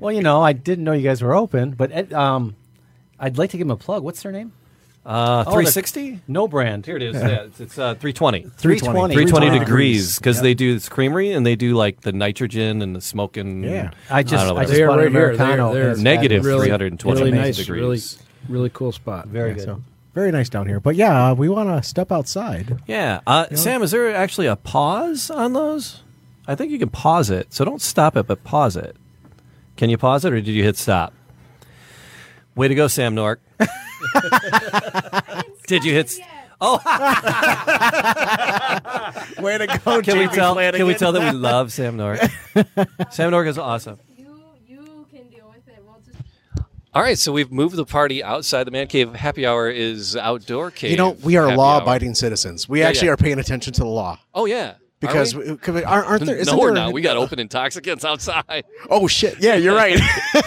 Speaker 5: "Well, you know, I didn't know you guys were open, but uh, um, I'd like to give him a plug. What's their name?
Speaker 3: uh,
Speaker 5: the-
Speaker 3: 360.
Speaker 5: No brand.
Speaker 3: Here it is. Yeah, it's it's uh, 320.
Speaker 4: 320.
Speaker 3: 320
Speaker 4: 320
Speaker 3: degrees because they do this creamery and they do like the nitrogen and the smoking.
Speaker 4: Yeah.
Speaker 5: I just,
Speaker 3: don't know
Speaker 5: I,
Speaker 3: what
Speaker 5: just
Speaker 3: it
Speaker 8: They are
Speaker 5: bought
Speaker 8: right
Speaker 5: an
Speaker 8: here. They are-
Speaker 5: americano.
Speaker 8: they are
Speaker 5: It's
Speaker 3: Negative
Speaker 5: fabulous.
Speaker 3: Really- 320
Speaker 8: really nice,
Speaker 3: degrees.
Speaker 8: Really, really cool spot.
Speaker 5: Very good.
Speaker 4: so very nice down here. But yeah, uh, we want to step outside.
Speaker 3: Yeah. Uh, Sam, is there actually a pause on those? I think you can pause it. So don't stop it, but pause it. Can you pause it or did you hit stop? Way to go, Sam Nork. did you hit. s- Oh.
Speaker 2: Way to go,
Speaker 3: Can we
Speaker 2: Jamie
Speaker 3: tell?
Speaker 2: Flanagan.
Speaker 3: Can we tell that we love Sam Nork? Sam Nork is awesome.
Speaker 11: You you can deal with it. We'll just
Speaker 3: All right, so we've moved the party outside the man cave. Happy hour is outdoor cave.
Speaker 6: You know, we are
Speaker 3: happy
Speaker 6: law-abiding citizens. We
Speaker 3: Yeah,
Speaker 6: actually
Speaker 3: yeah.
Speaker 6: are paying attention to the law
Speaker 3: hour. Oh yeah, Are
Speaker 6: because
Speaker 3: we?
Speaker 6: we? could we- aren't, aren't there? Isn't
Speaker 3: no, we're
Speaker 6: there-
Speaker 3: not. We got open intoxicants outside.
Speaker 6: oh shit! Yeah, you're right.
Speaker 3: [laughs]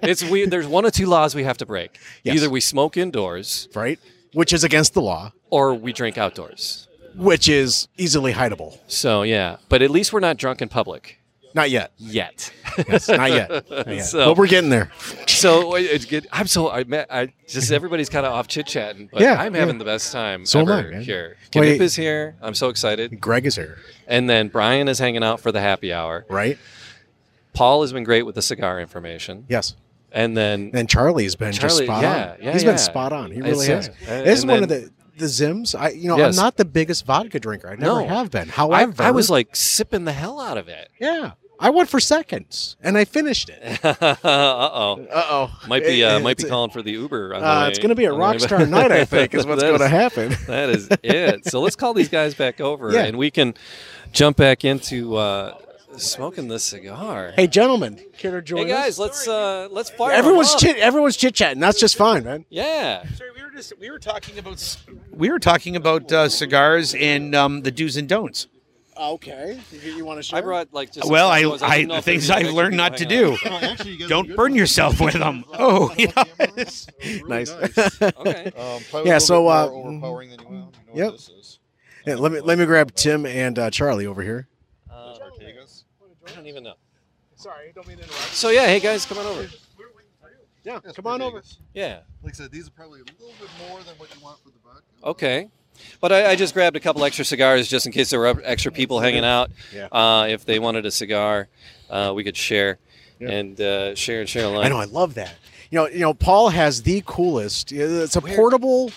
Speaker 3: It's weird. There's one or two laws we have to break.
Speaker 6: Yes.
Speaker 3: Either we smoke indoors
Speaker 6: right, which is against the law,
Speaker 3: or we drink outdoors.
Speaker 6: which is easily hideable.
Speaker 3: So yeah, but at least we're not drunk in public
Speaker 6: Not yet. [laughs]
Speaker 3: yet.
Speaker 6: Yes,
Speaker 3: [laughs]
Speaker 6: not yet. Not yet.
Speaker 3: So-
Speaker 6: but we're getting there.
Speaker 3: so uh, it's good. I'm so I, met, I
Speaker 6: [laughs]
Speaker 3: just everybody's kind of off chit chatting, but
Speaker 6: Yeah,
Speaker 3: I'm
Speaker 6: yeah.
Speaker 3: having the best time
Speaker 6: So am
Speaker 3: ever
Speaker 6: I, man.
Speaker 3: here.
Speaker 6: Wait.
Speaker 3: Knip is here. I'm so excited,
Speaker 6: Greg is here,
Speaker 3: and then Brian is hanging out for the happy hour.
Speaker 6: right?
Speaker 3: Paul has been great with the cigar information.
Speaker 6: Yes.
Speaker 3: And then
Speaker 6: And Charlie's been just
Speaker 3: Charlie-
Speaker 6: spot
Speaker 3: yeah,
Speaker 6: on.
Speaker 3: yeah,
Speaker 6: He's
Speaker 3: yeah.
Speaker 6: been spot on. He really
Speaker 3: It's-
Speaker 6: has.
Speaker 3: yeah.
Speaker 6: This is
Speaker 3: And
Speaker 6: one of
Speaker 3: then-
Speaker 6: the the Zims. I you know
Speaker 3: Yes.
Speaker 6: I'm not the biggest vodka drinker. I never
Speaker 3: No.
Speaker 6: have been.
Speaker 3: I,
Speaker 6: However,
Speaker 3: I was like sipping the hell out of it. [laughs]
Speaker 6: yeah, I went for seconds and I finished [laughs] it.
Speaker 3: uh oh.
Speaker 6: Uh oh,
Speaker 3: Might be uh, might be calling for the Uber. On the
Speaker 6: Uh,
Speaker 3: way-
Speaker 6: it's going to be a
Speaker 3: on the way
Speaker 6: rock
Speaker 3: back. [laughs]
Speaker 6: star night, I think, is what's
Speaker 3: That
Speaker 6: going to
Speaker 3: is- [laughs]
Speaker 6: happen.
Speaker 3: That is it. So let's call these guys back over,
Speaker 6: Yeah.
Speaker 3: and we can jump back into uh, smoking this cigar.
Speaker 6: Hey, gentlemen, care to join
Speaker 3: Hey, guys,
Speaker 6: us?
Speaker 3: let's uh, let's fire. 'em
Speaker 6: Everyone's
Speaker 3: up.
Speaker 6: chit, everyone's chit chatting. That's just fine, man.
Speaker 3: Yeah,
Speaker 7: Sorry, we were just we were talking about c- we were talking about uh, cigars and um, the do's and don'ts.
Speaker 6: Okay, you, want to share?
Speaker 3: I brought like just.
Speaker 7: Well, I,
Speaker 3: didn't
Speaker 7: I
Speaker 3: know
Speaker 7: the
Speaker 3: if it'd
Speaker 7: things
Speaker 3: be
Speaker 7: I've
Speaker 3: like-
Speaker 7: learned not to
Speaker 3: hang on.
Speaker 7: do. Don't burn yourself with
Speaker 8: [laughs]
Speaker 7: them. Oh, you
Speaker 6: [laughs]
Speaker 7: know, it's-
Speaker 6: nice. [laughs]
Speaker 7: [laughs]
Speaker 3: Okay.
Speaker 9: Um,
Speaker 6: Yeah, so, uh,
Speaker 9: overpowering than you want. You know
Speaker 6: yep.
Speaker 9: what this is.
Speaker 6: Yeah, let me let me grab Tim and uh, Charlie over here.
Speaker 3: Uh,
Speaker 9: Ortegas.
Speaker 3: I don't even know. Sorry, I don't mean to interrupt. So yeah, hey guys, come on over.
Speaker 6: Yeah,
Speaker 9: Yes,
Speaker 6: come on over.
Speaker 9: Ortegas.
Speaker 3: Yeah.
Speaker 9: Like I said, these are probably a little bit more than what you want for the vodka.
Speaker 3: Okay. But I, I just grabbed a couple extra cigars just in case there were up- extra people hanging out.
Speaker 6: Yeah.
Speaker 3: Uh, if they wanted a cigar, uh, we could share and uh, share and share a line.
Speaker 6: I know, I love that. You know, you know, Paul has the coolest. uh, It's a portable.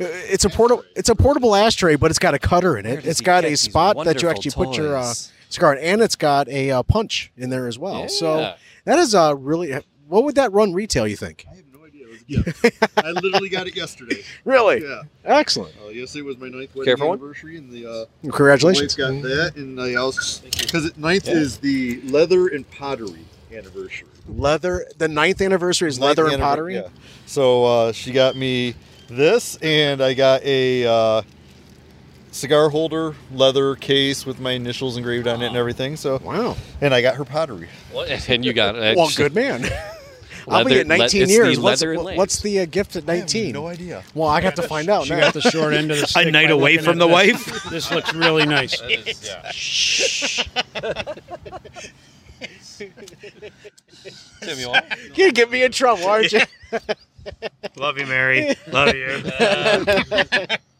Speaker 6: uh, It's a portable. It's a portable ashtray, but it's got a cutter in it.
Speaker 3: does
Speaker 6: It's
Speaker 3: he
Speaker 6: got
Speaker 3: get
Speaker 6: a
Speaker 3: these
Speaker 6: spot that you
Speaker 3: wonderful
Speaker 6: actually put your uh,
Speaker 3: toys?
Speaker 6: cigar, in, and it's got a uh, punch in there as well.
Speaker 3: Yeah.
Speaker 6: So that is uh, really. What would that run retail? You think?
Speaker 9: I have no idea. It was a gift. I literally got it yesterday.
Speaker 6: Really?
Speaker 9: Yeah.
Speaker 6: Excellent.
Speaker 9: Uh, yesterday was my ninth wedding
Speaker 3: Care for one?
Speaker 9: anniversary, and the uh,
Speaker 6: Congratulations.
Speaker 9: wife got that, and I also because ninth is the leather and pottery anniversary.
Speaker 6: leather. The ninth anniversary is leather and pottery.
Speaker 9: Yeah. So uh, she got me this, and I got a uh, cigar holder leather case with my initials engraved on it and everything. So,
Speaker 6: Wow.
Speaker 9: and I got her pottery.
Speaker 3: Well, [laughs] and you got
Speaker 6: Well, good man.
Speaker 3: [laughs]
Speaker 6: I'll be
Speaker 3: Leather-
Speaker 6: at 19
Speaker 3: le- it's the
Speaker 6: years. What's,
Speaker 3: leather and
Speaker 6: what- what's the uh, gift at
Speaker 9: I have
Speaker 6: 19?
Speaker 9: no idea.
Speaker 6: Well, I got to find out.
Speaker 8: She
Speaker 6: now.
Speaker 8: got the short end of the stick
Speaker 7: night
Speaker 8: by
Speaker 7: away
Speaker 8: looking
Speaker 7: from
Speaker 8: at
Speaker 7: the
Speaker 8: this.
Speaker 7: wife?
Speaker 8: This looks really
Speaker 6: [laughs]
Speaker 8: nice.
Speaker 12: Samuel.
Speaker 6: You'd get me in trouble,
Speaker 9: [laughs]
Speaker 6: aren't you?
Speaker 2: Love you, Mary. Love you.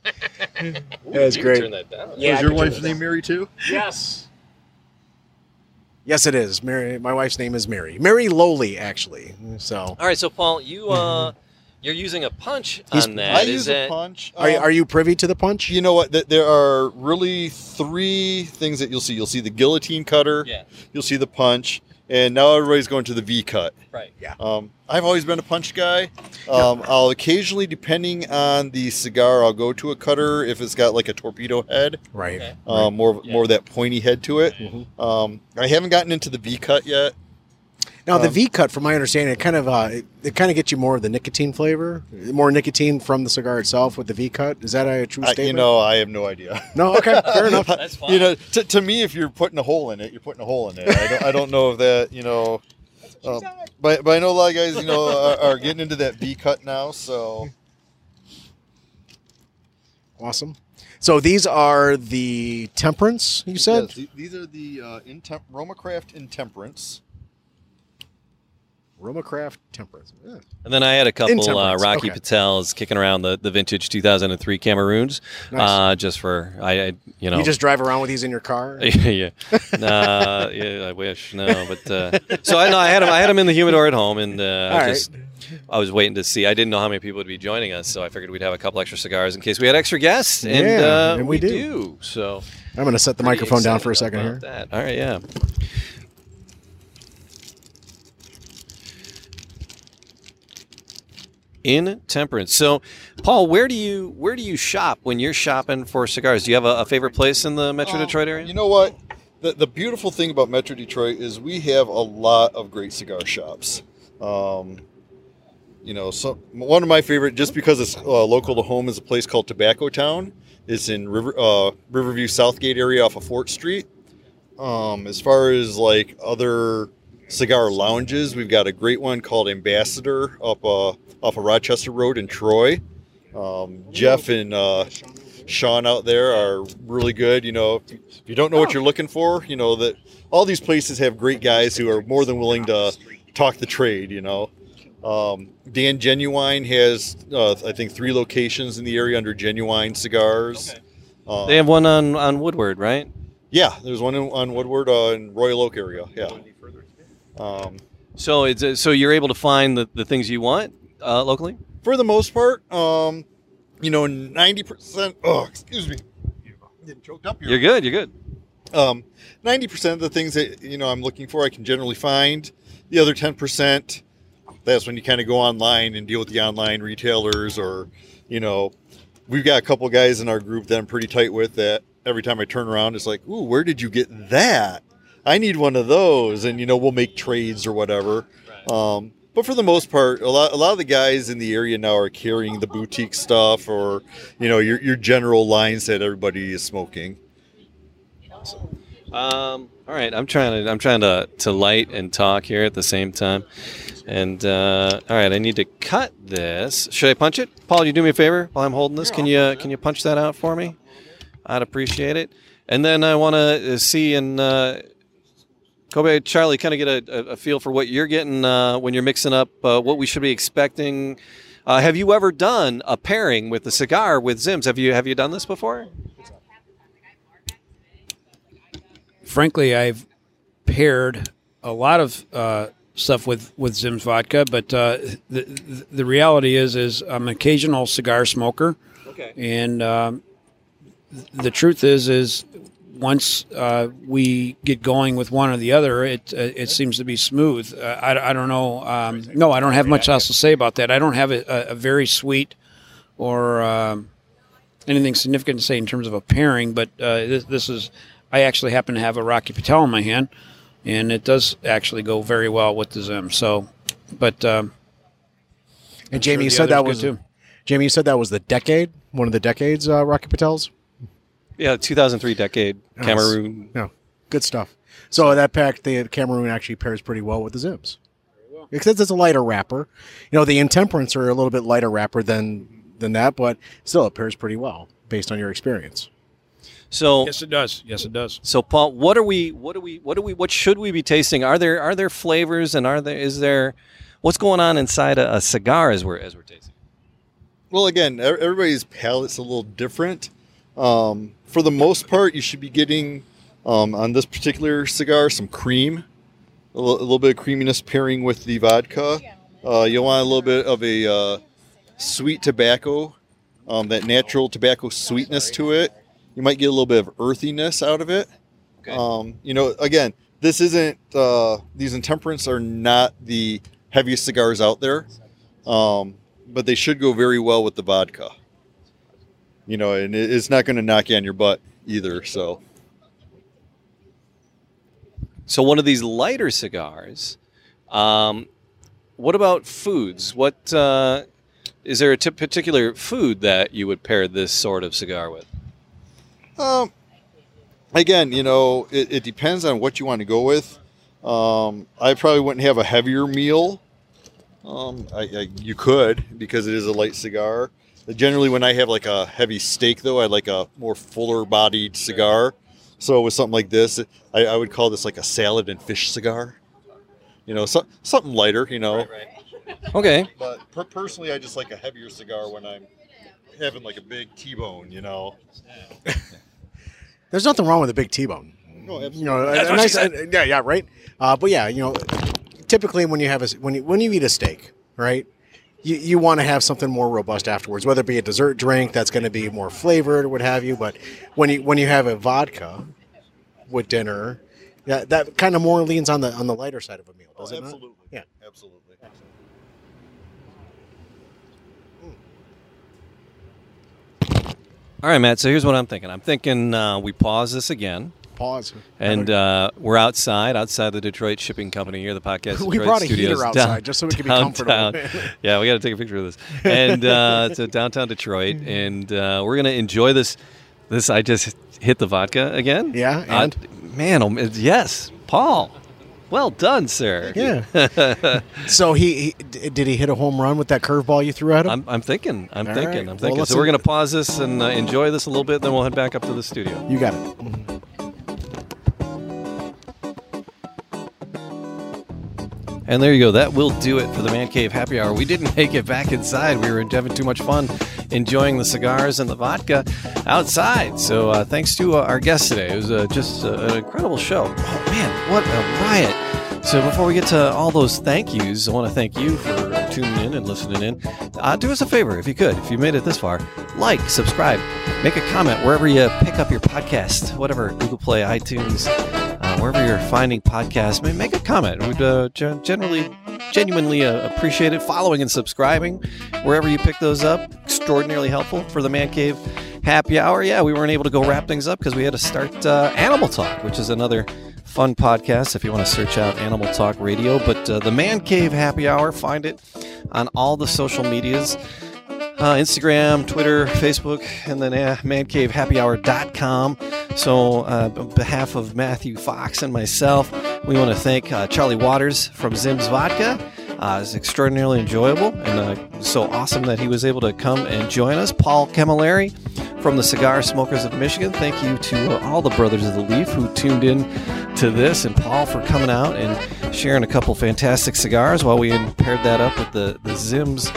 Speaker 6: That's
Speaker 2: you can
Speaker 6: great.
Speaker 2: turn that down.
Speaker 6: Yeah,
Speaker 2: Was your
Speaker 6: I can turn
Speaker 2: wife's
Speaker 6: that
Speaker 2: name
Speaker 6: down.
Speaker 2: Mary, too?
Speaker 6: Yes. Yes, it is. Mary. My wife's name is Mary. Mary Lowly, actually. So.
Speaker 3: All right, so Paul, you uh, you're using a punch
Speaker 6: He's-
Speaker 3: on that.
Speaker 6: I
Speaker 3: Is
Speaker 6: use a
Speaker 3: that,
Speaker 6: punch. Are you- are you privy to the punch?
Speaker 9: Um, You know what? th- There are really three things that you'll see. You'll see the guillotine cutter.
Speaker 3: Yeah.
Speaker 9: You'll see the punch, and now everybody's going to the V cut.
Speaker 3: Right.
Speaker 6: Yeah.
Speaker 9: Um, I've always been a punch guy. Um, I'll occasionally, depending on the cigar, I'll go to a cutter if it's got like a torpedo head.
Speaker 6: Right. Okay.
Speaker 9: Um, More of- more of that pointy head to it. Um, I haven't gotten into the V cut yet.
Speaker 6: Now the
Speaker 9: Um,
Speaker 6: V cut, from my understanding, it kind of uh, it, it kind of gets you more of the nicotine flavor, more nicotine from the cigar itself with the V cut. Is that a true
Speaker 9: I-
Speaker 6: statement?
Speaker 9: Uh, you know, I have no idea.
Speaker 6: No,
Speaker 9: [laughs]
Speaker 6: okay, fair enough. That's
Speaker 9: You know, to, to me, if you're putting a hole in it, you're putting a hole in it. I don't, I don't know if that, you know. um, but, but I know a lot of guys, you know, are, are getting into that V cut now. So
Speaker 6: Awesome. So these are the temperance you said.
Speaker 9: Yes, the- these are the uh, intem- Romacraft Intemperance.
Speaker 6: Romacraft Temperance. Yeah.
Speaker 3: And then I had a couple uh,
Speaker 6: Intemperance,
Speaker 3: Rocky
Speaker 6: okay.
Speaker 3: Patels kicking around the, the vintage 2003 Cameroons,
Speaker 6: Nice.
Speaker 3: uh, just for I, I you know
Speaker 6: You just drive around with these in your car.
Speaker 3: [laughs] yeah, uh, yeah. I wish no, but uh, so I know I had him. I had him in the humidor at home, and uh, I
Speaker 6: All
Speaker 3: was just I was waiting to see. I didn't know how many people would be joining us, so I figured we'd have a couple extra cigars in case we had extra guests. And,
Speaker 6: Yeah,
Speaker 3: uh,
Speaker 6: and we do.
Speaker 3: So
Speaker 6: I'm going to set the
Speaker 3: pretty
Speaker 6: microphone down
Speaker 3: excited
Speaker 6: for a second here.
Speaker 3: about That. All right, yeah. In temperance. So, Paul, where do you where do you shop when you're shopping for cigars? Do you have a, a favorite place in the Metro
Speaker 9: Um,
Speaker 3: Detroit area?
Speaker 9: You know what? The, the beautiful thing about Metro Detroit is we have a lot of great cigar shops. Um, you know, so one of my favorite, just because it's uh, local to home, is a place called Tobacco Town. It's in River uh, Riverview Southgate area off of Fort Street. Um, as far as like other cigar lounges, we've got a great one called Ambassador up uh, off of Rochester Road in Troy. Um, Jeff and uh, Sean out there are really good. You know, if you don't know what you're looking for, you know that all these places have great guys who are more than willing to talk the trade. You know, um, Dan Genuine has uh, I think three locations in the area under Genuine Cigars. Um,
Speaker 3: They have one on on Woodward, right?
Speaker 9: yeah, there's one in, on Woodward uh, in Royal Oak area. Yeah. Um,
Speaker 3: So it's uh, so you're able to find the, the things you want uh, locally.
Speaker 9: for the most part, um, you know, ninety percent. Oh, excuse me. Didn't choke up.
Speaker 3: You're good. You're good.
Speaker 9: Um, ninety percent of the things that you know I'm looking for, I can generally find. The other ten percent, that's when you kind of go online and deal with the online retailers, or you know, we've got a couple guys in our group that I'm pretty tight with. That every time I turn around, it's like, ooh, where did you get that? I need one of those, and you know, we'll make trades or whatever. Um, but for the most part, a lot, a lot of the guys in the area now are carrying the boutique stuff or, you know, your, your general lines that everybody is smoking.
Speaker 3: Um, all right, I'm trying to I'm trying to to light and talk here at the same time, and uh, all right, I need to cut this. Should I punch it, Paul? You do me a favor while I'm holding this. Can you uh, can you punch that out for me? I'd appreciate it. And then I want to see and uh, Kobe Charlie kind of get a, a, a feel for what you're getting uh, when you're mixing up uh, what we should be expecting. Uh, have you ever done a pairing with a cigar with Zims? Have you have you done this before?
Speaker 8: frankly, I've paired a lot of uh, stuff with with Zim's vodka, but uh, the the- the reality is is I'm an occasional cigar smoker,
Speaker 3: Okay.
Speaker 8: and um, th- the truth is is once uh, we get going with one or the other, it uh, it seems to be smooth. Uh, I, I don't know. Um, no, I don't have much else to say about that. I don't have a, a, a very sweet or um, anything significant to say in terms of a pairing, but uh, this, this is I actually happen to have a Rocky Patel in my hand, and it does actually go very well with the Zim. So, but um, I'm
Speaker 6: And Jamie,
Speaker 8: sure
Speaker 6: you
Speaker 8: the
Speaker 6: said that was
Speaker 8: others good,
Speaker 6: Jamie, you said that was the decade, one of the decades, uh, Rocky Patel's.
Speaker 3: Yeah, 2003 decade
Speaker 6: Nice.
Speaker 3: Cameroon.
Speaker 6: No, good stuff. So that pack, the Cameroon actually pairs pretty well with the Zims. Except it's a lighter wrapper. You know, the Intemperance are a little bit lighter wrapper than than that, but still it pairs pretty well based on your experience.
Speaker 3: So
Speaker 8: yes, it does. Yes, it does.
Speaker 3: So Paul, what are we? What are we? What are we? What should we be tasting? Are there are there flavors and are there is there what's going on inside a, a cigar as we're as we're tasting?
Speaker 9: well, again, e- everybody's palate's a little different. Um, for the most part, you should be getting um, on this particular cigar some cream, a li- a little bit of creaminess pairing with the vodka. Uh, you'll want a little bit of a uh, sweet tobacco, um, that natural tobacco sweetness to it. You might get a little bit of earthiness out of it. Um, you know, again, this isn't uh, these intemperance are not the heaviest cigars out there, um, but they should go very well with the vodka. You know, and it- it's not going to knock you on your butt either. So
Speaker 3: So one of these lighter cigars. Um, what about foods? What uh, is there a t- particular food that you would pair this sort of cigar with?
Speaker 9: Um, again, you know, it, it depends on what you want to go with. Um, I probably wouldn't have a heavier meal. Um, I, I, you could because it is a light cigar. Generally, when I have like a heavy steak, though, I like a more fuller-bodied cigar. So with something like this, I, I would call this like a salad and fish cigar. You know, so, something lighter. You know.
Speaker 3: Okay.
Speaker 9: But per- personally, I just like a heavier cigar when I'm having like a big T-bone. You know.
Speaker 6: There's nothing wrong with a big T-bone.
Speaker 9: No,
Speaker 6: You know, a-
Speaker 9: That's
Speaker 6: a
Speaker 9: what she
Speaker 6: nice,
Speaker 9: said.
Speaker 6: a- yeah, yeah, right. Uh, but yeah, you know, typically when you have a s- when you, when you eat a steak, right, you, you want to have something more robust afterwards, whether it be a dessert drink that's going to be more flavored or what have you. But when you when you have a vodka with dinner, that that kind of more leans on the on the lighter side of a meal, does it not?
Speaker 9: Oh, absolutely.
Speaker 6: Yeah.
Speaker 9: Absolutely.
Speaker 3: All right, Matt. So here's what I'm thinking. I'm thinking uh, we pause this again.
Speaker 6: Pause.
Speaker 3: And uh, we're outside, outside the Detroit Shipping Company here, the podcast.
Speaker 6: [laughs] We
Speaker 3: Detroit
Speaker 6: brought a heater
Speaker 3: studios
Speaker 6: outside
Speaker 3: down-
Speaker 6: just so we could be
Speaker 3: downtown.
Speaker 6: comfortable.
Speaker 3: [laughs] yeah, we got to take a picture of this. And
Speaker 6: [laughs]
Speaker 3: uh, so downtown Detroit, and uh, we're gonna enjoy this. This I just hit the vodka again. Yeah,
Speaker 6: and?
Speaker 3: man, oh, yes, Paul. Well done, sir.
Speaker 6: Yeah. so he, he d- did he hit a home run with that curveball you threw at him?
Speaker 3: I'm, I'm thinking. I'm
Speaker 6: All
Speaker 3: thinking.
Speaker 6: right.
Speaker 3: I'm
Speaker 6: Well,
Speaker 3: thinking.
Speaker 6: let's
Speaker 3: so we're
Speaker 6: en-
Speaker 3: gonna pause this and uh, enjoy this a little bit, then we'll head back up to the studio.
Speaker 6: You got it.
Speaker 3: And there you go. That will do it for the Man Cave Happy Hour. We didn't [laughs] make it back inside. We were having too much fun enjoying the cigars and the vodka outside. So uh, thanks to uh, our guest today. It was uh, just uh, an incredible show. Oh, man, what a riot. So before we get to all those thank yous, I want to thank you for uh, tuning in and listening in. Uh, do us a favor, if you could, if you made it this far, like, subscribe, make a comment wherever you pick up your podcast, whatever, Google Play, iTunes, uh, wherever you're finding podcasts, ma- make a comment. We'd uh, gen- generally, genuinely uh, appreciate it. Following and subscribing wherever you pick those up, extraordinarily helpful for the Man Cave Happy Hour. Yeah, we weren't able to go wrap things up because we had to start uh, Animal Talk, which is another fun podcast if you want to search out Animal Talk Radio. But uh, the Man Cave Happy Hour, find it on all the social medias uh, Instagram, Twitter, Facebook, and then uh, mancavehappyhour.com. So, uh, on behalf of Matthew Fox and myself, we want to thank uh, Charlie Waters from Zim's Vodka. Uh, it's extraordinarily enjoyable and uh, so awesome that he was able to come and join us. Paul Camilleri from the Cigar Smokers of Michigan. Thank you to uh, all the Brothers of the Leaf who tuned in to this, and Paul for coming out and sharing a couple fantastic cigars while we paired that up with the, the Zim's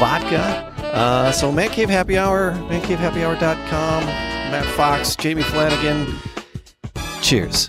Speaker 3: vodka. Uh, so Man Cave Happy Hour, mancavehappyhour.com, Matt Fox, Jamie Flanagan. Cheers.